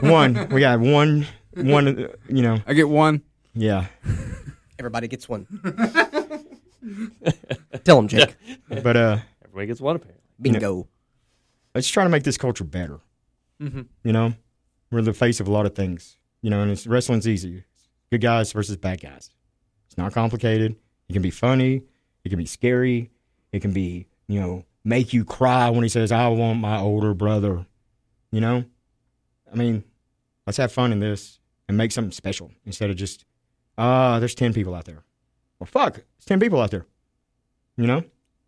A: one. We got one, one, uh, you know,
E: I get one.
A: yeah.
D: Everybody gets one. Tell him, Jake.
A: But, uh,
B: Everybody gets one apparently.
D: Bingo.
A: let's try to make this culture better. You know, we're the face of a lot of things. You know, and it's, wrestling's easy. Good guys versus bad guys. It's not complicated. It can be funny. It can be scary. It can be you know make you cry when he says, "I want my older brother." You know, I mean, let's have fun in this and make something special instead of just, ah, there's ten people out there. Well, fuck, it's ten people out there. You know.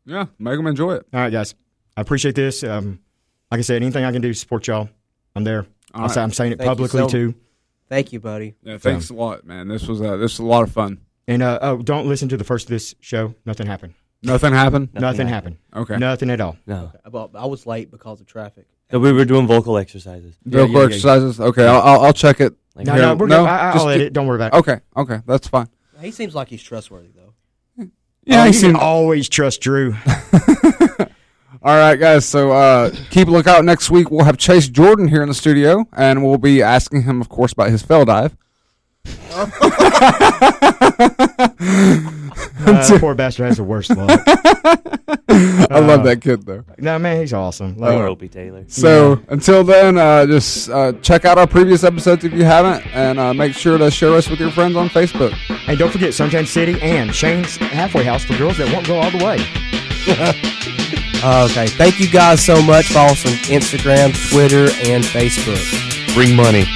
E: Yeah, make them enjoy it.
A: All right, guys. I appreciate this. Um, like I said, anything I can do to support y'all, I'm there. I'm,
E: All right.
A: sa- I'm saying it
D: Thank you
A: publicly
D: so-
A: too.
D: Thank you, buddy.
E: Yeah, thanks a lot, man. This was uh, this was a lot of fun.
A: And uh, oh, don't listen to the first of this show. Nothing happened.
E: Nothing happened.
A: Nothing, happened.
E: Okay.
A: Nothing at all.
B: No.
D: Well, I was late because of traffic.
B: No, we were doing vocal exercises.
E: Vocal
A: yeah, yeah.
E: exercises. Okay, I'll, I'll I'll check it.
B: Like,
A: No,
E: Yeah,
A: no, we're
E: no,
A: good. I,
E: just
A: I'll edit. Don't worry about it.
E: Okay, okay, that's fine.
D: He seems like he's trustworthy, though.
E: Yeah,
A: Oh,
E: I
A: you
E: seen-
A: can always trust Drew.
E: All right, guys. So uh, keep a lookout next week. We'll have Chase Jordan here in the studio, and we'll be asking him, of course, about his fell dive.
A: Uh, poor bastard has the worst luck.
E: I
A: Uh,
E: love that kid, though.
A: no, man, he's awesome. Like,
B: Poor Opie Taylor.
E: So until then, uh, just uh, check out our previous episodes if you haven't, and uh, make sure to share us with your friends on Facebook.
A: And don't forget Sunshine City and Shane's Halfway House for girls that won't go all the way.
D: Okay. Thank you guys so much. Follow us on Instagram, Twitter, and Facebook.
B: Bring money.